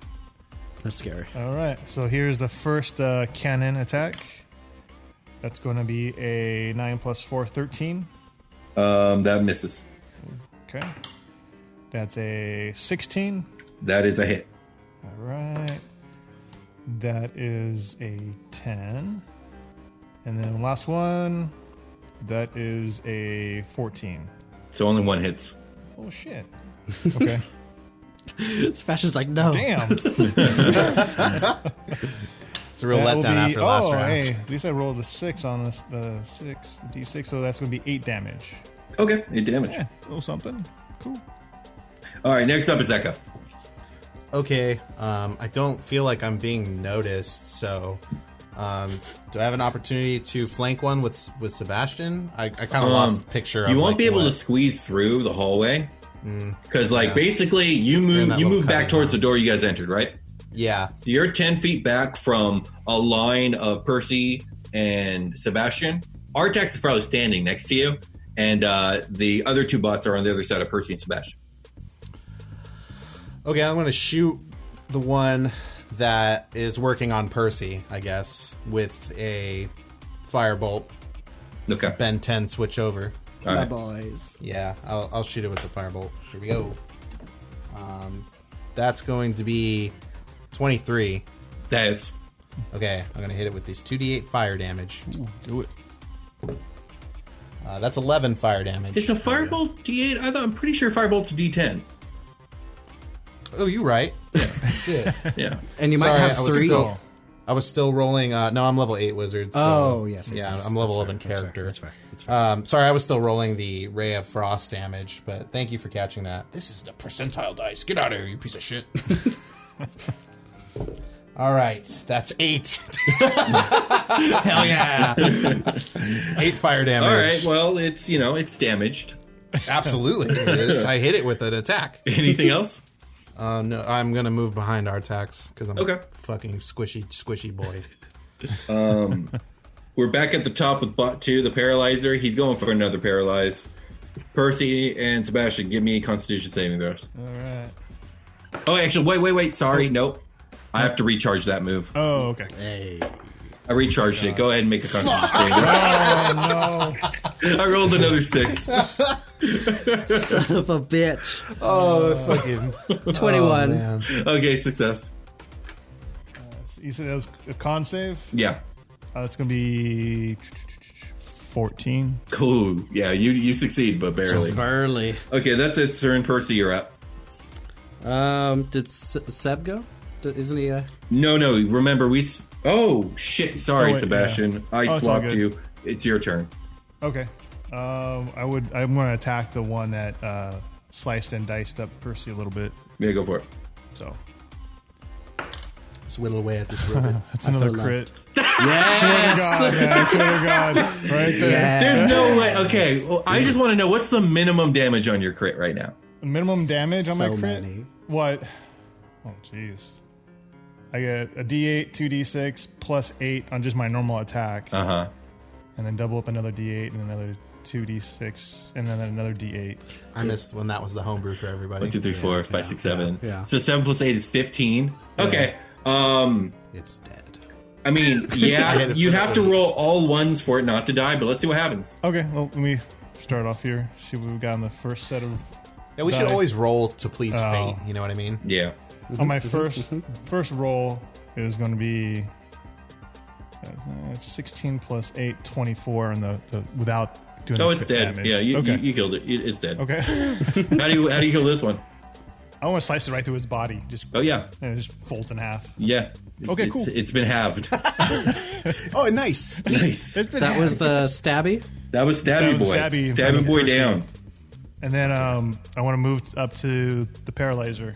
[SPEAKER 2] That's scary. [LAUGHS]
[SPEAKER 3] All right. So here's the first uh, cannon attack. That's going to be a nine plus four, 13.
[SPEAKER 1] Um, that misses.
[SPEAKER 3] Okay. That's a 16.
[SPEAKER 1] That is a hit.
[SPEAKER 3] All right. That is a 10. And then last one, that is a 14.
[SPEAKER 1] So only one hits.
[SPEAKER 3] Oh, shit.
[SPEAKER 4] [LAUGHS]
[SPEAKER 3] Okay.
[SPEAKER 2] Sebastian's like, no.
[SPEAKER 3] Damn.
[SPEAKER 4] It's a real
[SPEAKER 3] That will
[SPEAKER 4] letdown after the last
[SPEAKER 3] oh,
[SPEAKER 4] round.
[SPEAKER 3] hey, at least I rolled a 6 on this, the 6, d6, so that's going to be 8 damage.
[SPEAKER 1] Okay, eight damage.
[SPEAKER 3] Yeah, a little something. Cool.
[SPEAKER 1] All right, next up is Eka.
[SPEAKER 4] Okay, um, I don't feel like I'm being noticed, so um, do I have an opportunity to flank one with with Sebastian? I, I kind of lost the picture.
[SPEAKER 1] Um, You
[SPEAKER 4] of,
[SPEAKER 1] won't
[SPEAKER 4] like,
[SPEAKER 1] be able to
[SPEAKER 4] what- Mm.
[SPEAKER 1] squeeze through the hallway because, like, basically, you
[SPEAKER 4] in
[SPEAKER 1] move
[SPEAKER 4] that
[SPEAKER 1] you
[SPEAKER 4] little
[SPEAKER 1] move back
[SPEAKER 4] cutting
[SPEAKER 1] towards the door you guys entered, right?
[SPEAKER 4] Yeah,
[SPEAKER 1] So you're ten feet back from a line of Percy and Sebastian. Artax is probably standing next to you, and uh, the other two bots are on the other side of Percy and Sebastian.
[SPEAKER 4] Okay, I'm gonna shoot the one that is working on Percy, I guess, with a firebolt.
[SPEAKER 1] Okay,
[SPEAKER 4] Ben 10 switch over.
[SPEAKER 1] all
[SPEAKER 2] My
[SPEAKER 1] right.
[SPEAKER 2] boys.
[SPEAKER 4] Yeah, I'll, I'll shoot it with the firebolt. Here we go. Um, that's going to be 23.
[SPEAKER 1] That's
[SPEAKER 4] Okay, I'm gonna hit it with these 2d8 fire damage.
[SPEAKER 3] Do it.
[SPEAKER 4] Uh, that's 11 fire damage.
[SPEAKER 1] it's a firebolt D8. I thought I'm pretty sure firebolt's a
[SPEAKER 4] [LAUGHS]
[SPEAKER 1] D10.
[SPEAKER 4] Oh, you right. Shit.
[SPEAKER 1] Yeah,
[SPEAKER 2] And you might
[SPEAKER 4] Sorry,
[SPEAKER 2] have
[SPEAKER 4] I was
[SPEAKER 2] three.
[SPEAKER 4] Still, I was still rolling. Uh, no, I'm level eight wizard. So,
[SPEAKER 2] Oh, yes, yes,
[SPEAKER 4] yeah,
[SPEAKER 2] yes.
[SPEAKER 4] I'm level
[SPEAKER 2] That's
[SPEAKER 4] eleven
[SPEAKER 2] fair, that's fair,
[SPEAKER 4] character.
[SPEAKER 2] that's fair, that's
[SPEAKER 4] Um, sorry, I was still rolling the ray of frost damage, but thank you for catching that. This is the percentile dice. Get out of here, you piece of shit. [LAUGHS] All right, that's eight.
[SPEAKER 2] [LAUGHS] Hell yeah.
[SPEAKER 4] eight
[SPEAKER 1] All
[SPEAKER 4] fire
[SPEAKER 1] right.
[SPEAKER 4] damage.
[SPEAKER 1] Well, it's you know it's damaged. [LAUGHS]
[SPEAKER 4] absolutely.
[SPEAKER 2] [LAUGHS]
[SPEAKER 4] it is. I hit it with an attack. [LAUGHS]
[SPEAKER 1] Anything else?
[SPEAKER 4] Uh, no, I'm gonna move behind Artax because I'm
[SPEAKER 1] Okay.
[SPEAKER 4] a fucking squishy, squishy boy.
[SPEAKER 1] We're back at the top with Bot 2, the Paralyzer. He's going for another Paralyze. Percy and Sebastian, give me Constitution saving throws.
[SPEAKER 3] All right.
[SPEAKER 1] Oh, actually, wait, wait, wait. Sorry, nope. I have to recharge that move.
[SPEAKER 3] Oh, okay.
[SPEAKER 2] hey.
[SPEAKER 1] I recharged it. Go ahead and make a constitution save.
[SPEAKER 3] Oh
[SPEAKER 1] [LAUGHS]
[SPEAKER 3] no! [LAUGHS]
[SPEAKER 1] I rolled another six.
[SPEAKER 4] [LAUGHS]
[SPEAKER 2] Son of a bitch.
[SPEAKER 4] Oh, fucking.
[SPEAKER 2] 21.
[SPEAKER 4] [LAUGHS] man.
[SPEAKER 1] Okay, success.
[SPEAKER 3] You said that was a con save.
[SPEAKER 1] Yeah.
[SPEAKER 3] Uh, it's gonna be fourteen.
[SPEAKER 1] Cool. Yeah, you you succeed, but barely.
[SPEAKER 2] Burly.
[SPEAKER 1] Okay, that's it, Sir and Percy. You're up.
[SPEAKER 2] Um, did S- Seb go? D- isn't he? Uh...
[SPEAKER 1] No, no. Remember, we. S- oh shit! Sorry,
[SPEAKER 3] Oh, wait,
[SPEAKER 1] Sebastian.
[SPEAKER 3] yeah.
[SPEAKER 1] I
[SPEAKER 3] Oh, it's all
[SPEAKER 1] swapped
[SPEAKER 3] good.
[SPEAKER 1] you. It's your turn.
[SPEAKER 3] Okay. Um, I would. I'm gonna attack the one that uh, sliced and diced up Percy a little bit.
[SPEAKER 1] Yeah, go for it.
[SPEAKER 3] So
[SPEAKER 4] Let's whittle away at this ribbon.
[SPEAKER 3] [LAUGHS] that's another
[SPEAKER 2] feel like-
[SPEAKER 3] crit.
[SPEAKER 2] Yes.
[SPEAKER 3] God, man, I swear to God, right there.
[SPEAKER 1] There's [LAUGHS] no way. Okay, well, I just want to know what's the minimum damage on your crit right now.
[SPEAKER 3] Minimum damage on my
[SPEAKER 2] So
[SPEAKER 3] crit.
[SPEAKER 2] many.
[SPEAKER 3] What? Oh jeez. I get a D8, two D6, plus eight on just my normal attack,
[SPEAKER 1] Uh huh.
[SPEAKER 3] and then double up another D8 and another two D6, and then another D8.
[SPEAKER 4] I missed when that was the homebrew for everybody.
[SPEAKER 1] One, two, three, four, five, six, seven.
[SPEAKER 2] yeah.
[SPEAKER 1] So seven plus eight is fifteen. Okay. Um.
[SPEAKER 2] It's dead.
[SPEAKER 1] I
[SPEAKER 3] [LAUGHS]
[SPEAKER 1] mean, yeah, you'd have to roll all ones for it not to die, but let's see what happens.
[SPEAKER 3] Okay, well let me start off here. See what we got in the first set of
[SPEAKER 4] Yeah, we should
[SPEAKER 3] Die.
[SPEAKER 4] always roll to please
[SPEAKER 3] Oh.
[SPEAKER 4] fate. You know what I mean?
[SPEAKER 1] Yeah.
[SPEAKER 3] on my first first roll it was going to be uh, 16 plus 8 24 and the, the without doing
[SPEAKER 1] Oh,
[SPEAKER 3] the
[SPEAKER 1] it's
[SPEAKER 3] crit
[SPEAKER 1] dead.
[SPEAKER 3] damage.
[SPEAKER 1] Yeah, you,
[SPEAKER 3] okay
[SPEAKER 1] you, you killed it. It- It's dead.
[SPEAKER 3] okay [LAUGHS]
[SPEAKER 1] How do you how do you kill this one?
[SPEAKER 3] i want to slice it right through his body just
[SPEAKER 1] Oh yeah,
[SPEAKER 3] and it just folds in half
[SPEAKER 1] yeah.
[SPEAKER 3] Okay,
[SPEAKER 1] It's-
[SPEAKER 3] cool.
[SPEAKER 1] It's been halved.
[SPEAKER 3] [LAUGHS]
[SPEAKER 4] Oh, nice.
[SPEAKER 1] nice.
[SPEAKER 3] It's been
[SPEAKER 2] That was the stabby.
[SPEAKER 1] That was stabby
[SPEAKER 3] That was
[SPEAKER 1] boy.
[SPEAKER 3] Stabby in front
[SPEAKER 1] Stabby
[SPEAKER 3] of
[SPEAKER 1] boy
[SPEAKER 3] Percy.
[SPEAKER 1] down.
[SPEAKER 3] and then um i want to move up to the paralyzer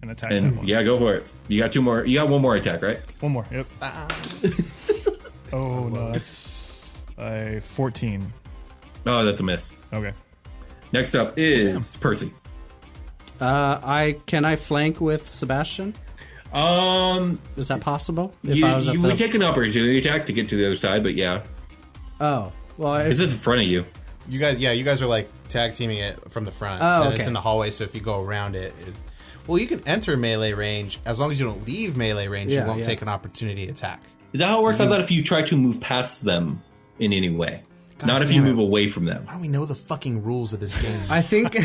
[SPEAKER 3] and attack that
[SPEAKER 1] And
[SPEAKER 3] one
[SPEAKER 1] yeah, go for it. You got two more. You got one more attack, right?
[SPEAKER 3] one more yep [LAUGHS]
[SPEAKER 1] [LAUGHS]
[SPEAKER 3] oh no that's a 14
[SPEAKER 1] Oh, that's a miss.
[SPEAKER 3] okay
[SPEAKER 1] Next up is Percy.
[SPEAKER 2] Uh, I can I flank with Sebastian?
[SPEAKER 1] Um,
[SPEAKER 2] Is that possible? If
[SPEAKER 1] you,
[SPEAKER 2] I was at
[SPEAKER 1] you
[SPEAKER 2] the
[SPEAKER 1] would take an opportunity attack to get to the other side, but yeah,
[SPEAKER 2] oh well,
[SPEAKER 1] because
[SPEAKER 2] if,
[SPEAKER 1] it's in front of you.
[SPEAKER 4] You guys, yeah, you guys are like tag teaming it from the front.
[SPEAKER 2] Oh,
[SPEAKER 4] so
[SPEAKER 2] okay.
[SPEAKER 4] It's in the hallway, so if you go around it, it, well, you can enter melee range as long as you don't leave melee range.
[SPEAKER 2] Yeah,
[SPEAKER 4] you won't
[SPEAKER 2] yeah.
[SPEAKER 4] take an opportunity attack.
[SPEAKER 1] Is that how it works?
[SPEAKER 2] Mm-hmm.
[SPEAKER 1] I thought if you try to move past them in any way, not if you
[SPEAKER 4] damn it.
[SPEAKER 1] move away from them.
[SPEAKER 4] Why don't we know the fucking rules of this game?
[SPEAKER 2] I think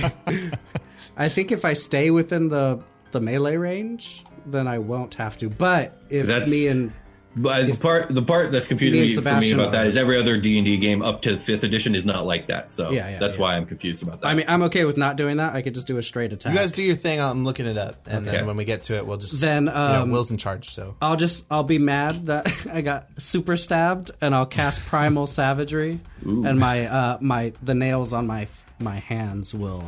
[SPEAKER 2] [LAUGHS] I think if I stay within the the melee range, then I won't have to. But if
[SPEAKER 1] That's-
[SPEAKER 2] me and
[SPEAKER 1] But the part the part that's confusing
[SPEAKER 2] Me
[SPEAKER 1] me
[SPEAKER 2] and
[SPEAKER 1] for me
[SPEAKER 2] Sebastian
[SPEAKER 1] about that
[SPEAKER 2] are-
[SPEAKER 1] is every other D and D game up to fifth edition is not like that. So
[SPEAKER 2] Yeah, yeah,
[SPEAKER 1] that's
[SPEAKER 2] yeah.
[SPEAKER 1] why I'm confused about that.
[SPEAKER 2] I mean, I'm okay with not doing that. I could just do a straight attack.
[SPEAKER 4] [LAUGHS] you guys do your thing. I'm looking it up, and
[SPEAKER 1] Okay.
[SPEAKER 4] then when we get to it, we'll just
[SPEAKER 2] Then,
[SPEAKER 4] you know,
[SPEAKER 2] um,
[SPEAKER 4] Will's in charge. So
[SPEAKER 2] I'll just I'll be mad that [LAUGHS] I got super stabbed and I'll cast primal savagery and my uh my the nails on my my hands will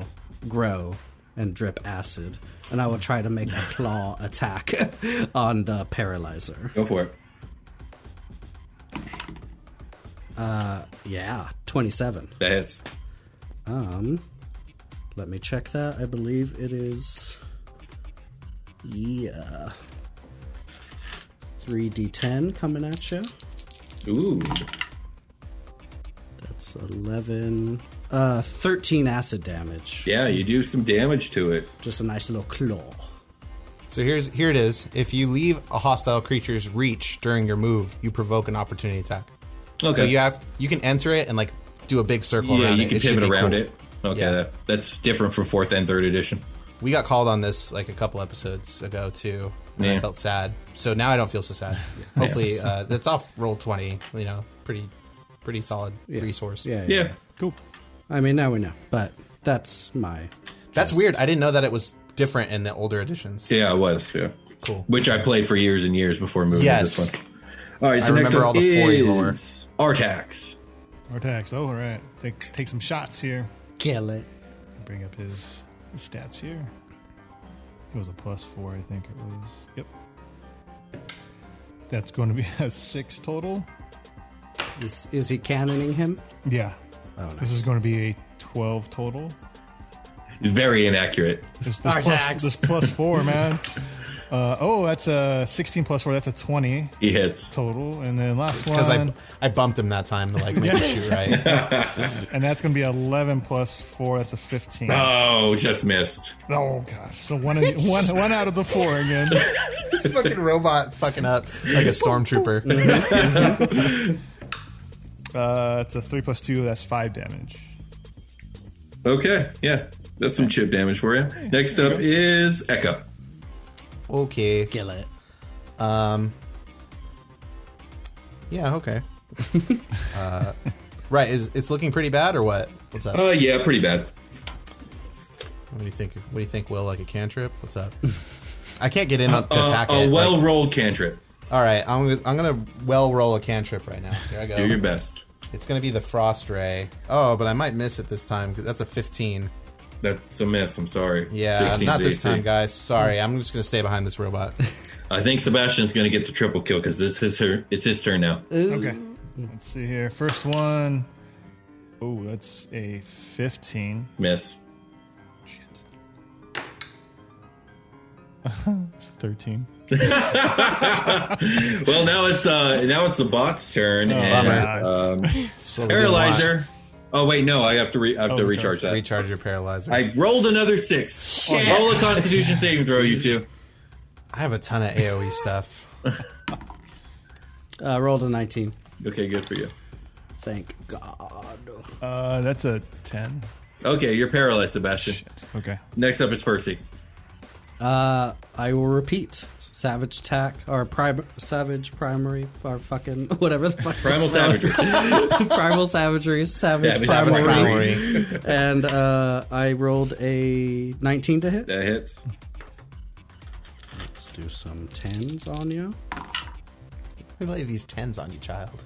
[SPEAKER 2] grow and drip acid and I will try to make a claw attack [LAUGHS] on the paralyzer.
[SPEAKER 1] go for it.
[SPEAKER 2] Yeah, 27.
[SPEAKER 1] That hits.
[SPEAKER 2] Um let me check that. I believe it is yeah. 3d10 coming at you.
[SPEAKER 1] Ooh,
[SPEAKER 2] That's 11. Uh, 13 acid damage.
[SPEAKER 1] yeah, you do some damage to it.
[SPEAKER 2] Just a nice little claw.
[SPEAKER 4] So here's here it is. If you leave a hostile creature's reach during your move, you provoke an opportunity attack.
[SPEAKER 1] Okay,
[SPEAKER 4] So you have you can enter it and like do a big circle
[SPEAKER 1] yeah,
[SPEAKER 4] around
[SPEAKER 1] you
[SPEAKER 4] it.
[SPEAKER 1] can
[SPEAKER 4] should
[SPEAKER 1] pivot
[SPEAKER 4] be
[SPEAKER 1] around
[SPEAKER 4] cool.
[SPEAKER 1] it. Okay,
[SPEAKER 4] Yeah.
[SPEAKER 1] that, that's different from fourth and third edition.
[SPEAKER 4] We got called on this like a couple episodes ago too, and
[SPEAKER 1] Yeah.
[SPEAKER 4] I felt sad. So now I don't feel
[SPEAKER 1] [LAUGHS]
[SPEAKER 4] so sad. Hopefully uh, that's off roll twenty. You know, pretty pretty solid resource.
[SPEAKER 2] Yeah, yeah.
[SPEAKER 1] Yeah,
[SPEAKER 3] cool
[SPEAKER 2] I mean, now we know, but that's my.
[SPEAKER 4] that's weird. I didn't know that it was different in the older editions.
[SPEAKER 1] yeah, it was. Yeah,
[SPEAKER 4] Cool.
[SPEAKER 1] Which I played for years and years before moving
[SPEAKER 4] Yes.
[SPEAKER 1] to this one. All right, so next
[SPEAKER 4] remember
[SPEAKER 1] up
[SPEAKER 4] all the 40 lore.
[SPEAKER 1] is Artax.
[SPEAKER 3] Artax. Oh, all right. Take, take some shots here.
[SPEAKER 2] Kill it.
[SPEAKER 3] Bring up his, his stats here. It was a plus four, I think it was. Yep. That's going to be [LAUGHS] a six total.
[SPEAKER 2] Is, is he cannoning him?
[SPEAKER 3] Yeah. This is going to be a 12 total.
[SPEAKER 1] It's very inaccurate.
[SPEAKER 3] This, this,
[SPEAKER 2] Artax.
[SPEAKER 3] plus, this plus four, man. Uh, oh, that's a 16 plus four. That's a 20
[SPEAKER 1] He
[SPEAKER 4] [LAUGHS]
[SPEAKER 1] hits.
[SPEAKER 3] total. And then last
[SPEAKER 4] Because
[SPEAKER 3] one.
[SPEAKER 4] I, I bumped him that time to like [LAUGHS] make it shoot right.
[SPEAKER 3] And that's going to be 11 plus four. That's a 15.
[SPEAKER 1] Oh, just missed.
[SPEAKER 3] [LAUGHS] oh, gosh. So one, of the, one, one out of the four again.
[SPEAKER 4] this fucking robot fucking up like a stormtrooper.
[SPEAKER 3] Uh, it's a three plus two. That's five damage.
[SPEAKER 1] Okay, yeah, that's some chip damage for you. Next up is Echo.
[SPEAKER 4] [LAUGHS] Okay.
[SPEAKER 2] Kill it.
[SPEAKER 4] Um. Yeah. Okay. [LAUGHS] uh, right. Is it's looking pretty bad or what? What's up?
[SPEAKER 1] Uh, yeah, pretty bad.
[SPEAKER 4] What do you think? What do you think, Will? Like a cantrip?
[SPEAKER 2] [LAUGHS]
[SPEAKER 4] What's up? I can't get in up to
[SPEAKER 1] Uh,
[SPEAKER 4] attack
[SPEAKER 1] a
[SPEAKER 4] it. like-
[SPEAKER 1] well rolled cantrip.
[SPEAKER 4] all right, I'm gonna, I'm gonna well roll a cantrip right now. Here I go.
[SPEAKER 1] Do your best.
[SPEAKER 4] It's gonna be the frost ray. Oh, but I might miss it this time because that's a 15.
[SPEAKER 1] That's a miss. I'm sorry.
[SPEAKER 4] Yeah,
[SPEAKER 1] 16's
[SPEAKER 4] not this
[SPEAKER 1] AC.
[SPEAKER 4] time, guys. Sorry, I'm just gonna stay behind this
[SPEAKER 1] [LAUGHS]
[SPEAKER 4] robot.
[SPEAKER 1] I think Sebastian's going to get the triple kill because it's his her- it's his turn now.
[SPEAKER 4] Uh.
[SPEAKER 3] Okay. Let's see here. First one. Oh, that's a 15.
[SPEAKER 1] Miss.
[SPEAKER 3] 13.
[SPEAKER 1] Well, now it's uh now it's the bot's
[SPEAKER 4] Oh,
[SPEAKER 1] turn and um,
[SPEAKER 4] So we want-
[SPEAKER 1] paralyzer. Oh wait, no, I have to re- I have
[SPEAKER 3] Oh,
[SPEAKER 1] to
[SPEAKER 3] recharge.
[SPEAKER 1] recharge that.
[SPEAKER 4] Recharge your paralyzer. I,
[SPEAKER 1] I rolled another six. Roll a Constitution saving throw, you two.
[SPEAKER 4] have a ton
[SPEAKER 1] [LAUGHS]
[SPEAKER 4] of AOE stuff.
[SPEAKER 2] Uh, rolled a 19.
[SPEAKER 1] Okay, good for you.
[SPEAKER 2] Thank God.
[SPEAKER 3] Uh, that's a 10.
[SPEAKER 1] Okay, you're paralyzed, Sebastian.
[SPEAKER 3] Okay.
[SPEAKER 1] Next up is Percy.
[SPEAKER 2] Uh, I will repeat. Savage attack or prim- savage primary or fucking [LAUGHS] whatever the fuck.
[SPEAKER 1] Primal
[SPEAKER 2] it's called.
[SPEAKER 1] savagery.
[SPEAKER 2] [LAUGHS] Primal savagery. Savage
[SPEAKER 1] Savage
[SPEAKER 2] primary.
[SPEAKER 1] primary. [LAUGHS]
[SPEAKER 2] And uh, I rolled a 19 to hit.
[SPEAKER 1] That hits.
[SPEAKER 2] Let's do some tens on you.
[SPEAKER 4] We lay these tens on you, child.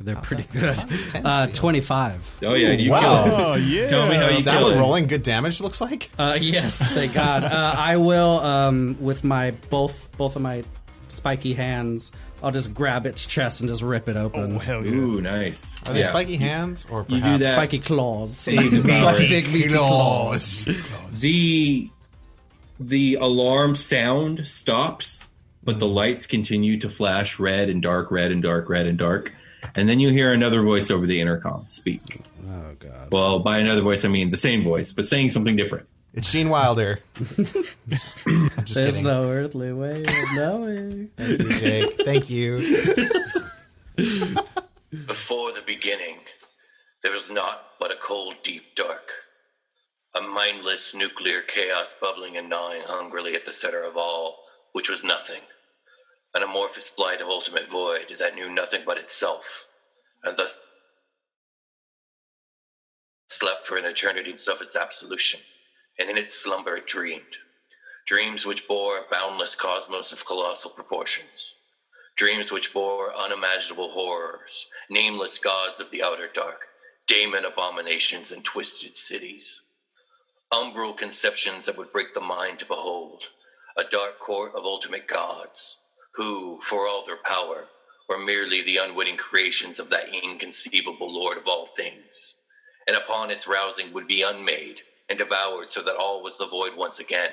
[SPEAKER 2] They're pretty [LAUGHS] good.
[SPEAKER 4] Tens
[SPEAKER 2] Uh,
[SPEAKER 4] feel.
[SPEAKER 2] 25.
[SPEAKER 1] Oh yeah, you
[SPEAKER 4] wow.
[SPEAKER 1] kill him.
[SPEAKER 3] Oh, yeah.
[SPEAKER 1] Tell me how you
[SPEAKER 4] Is that
[SPEAKER 1] kill
[SPEAKER 4] what
[SPEAKER 1] him.
[SPEAKER 4] rolling good damage looks like?
[SPEAKER 2] Uh, yes, thank God. Uh, I will, um, with my both both of my spiky hands, I'll just grab its chest and just rip it open.
[SPEAKER 3] Oh, hell yeah.
[SPEAKER 1] Ooh, nice.
[SPEAKER 4] Are they
[SPEAKER 1] Yeah.
[SPEAKER 4] spiky hands or
[SPEAKER 1] You
[SPEAKER 4] perhaps
[SPEAKER 1] do that.
[SPEAKER 2] Spiky claws.
[SPEAKER 1] devour it.
[SPEAKER 2] Big meaty claws.
[SPEAKER 1] the the alarm sound stops, but the lights continue to flash red and dark, red and dark, red and dark. And then you hear another voice over the intercom speak.
[SPEAKER 2] Oh God.
[SPEAKER 1] Well, by another voice, I mean the same voice, but saying something different.
[SPEAKER 4] It's
[SPEAKER 2] [LAUGHS]
[SPEAKER 4] Gene Wilder. I'm just
[SPEAKER 2] There's
[SPEAKER 4] kidding.
[SPEAKER 2] no earthly way of knowing.
[SPEAKER 4] Thank you, Jake. Thank you.
[SPEAKER 5] Before the beginning, there was naught but a cold, deep dark. A mindless nuclear chaos bubbling and gnawing hungrily at the center of all, which was nothing. An amorphous blight of ultimate void that knew nothing but itself, and thus slept for an eternity of its absolution, and in its slumber it dreamed. Dreams which bore a boundless cosmos of colossal proportions dreams which bore unimaginable horrors, nameless gods of the outer dark, daemon abominations and twisted cities. Umbral conceptions that would break the mind to behold, a dark court of ultimate gods, who, for all their power, were merely the unwitting creations of that inconceivable Lord of all things, and upon its rousing would be unmade and devoured so that all was the void once again.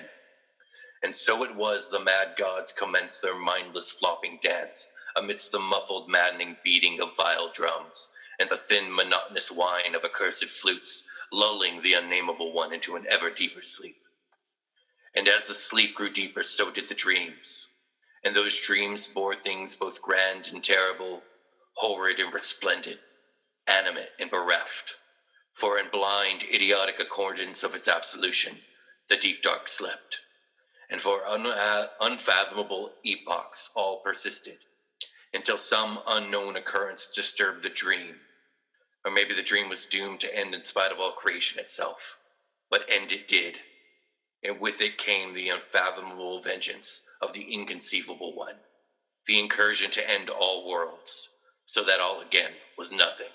[SPEAKER 5] And so it was the mad gods commenced their mindless flopping dance amidst the muffled, maddening beating of vile drums and the thin, monotonous whine of accursed flutes, lulling the unnameable one into an ever deeper sleep. And as the sleep grew deeper, so did the dreams. And those dreams bore things both grand and terrible, horrid and resplendent, animate and bereft. For in blind, idiotic accordance of its absolution, the deep dark slept and for un- uh, unfathomable epochs all persisted, until some unknown occurrence disturbed the dream. Or maybe the dream was doomed to end in spite of all creation itself. But end it did, and with it came the unfathomable vengeance of the inconceivable one, the incursion to end all worlds, so that all again was nothing.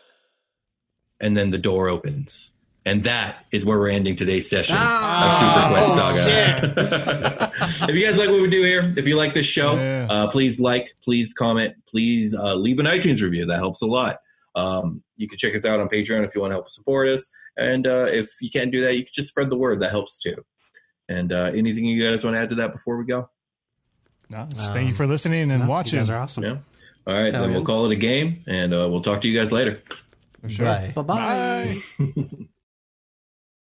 [SPEAKER 1] And then the door opens. And that is where we're ending today's session of Super Quest Saga. [LAUGHS] if you guys like what we do here, if you like this show,
[SPEAKER 3] Yeah.
[SPEAKER 1] uh, please like, please comment, please uh, leave an iTunes review. That helps a lot. Um, you can check us out on Patreon if you want to help support us. And uh, if you can't do that, you can just spread the word. That helps too. And uh, anything you guys want to add to that before we go?
[SPEAKER 3] No, just thank you for listening and
[SPEAKER 2] You
[SPEAKER 3] watching.
[SPEAKER 2] guys are awesome.
[SPEAKER 1] Yeah. All right, then we'll call it a game, and uh, we'll talk to you guys later.
[SPEAKER 4] Bye.
[SPEAKER 2] Bye bye.
[SPEAKER 3] Bye.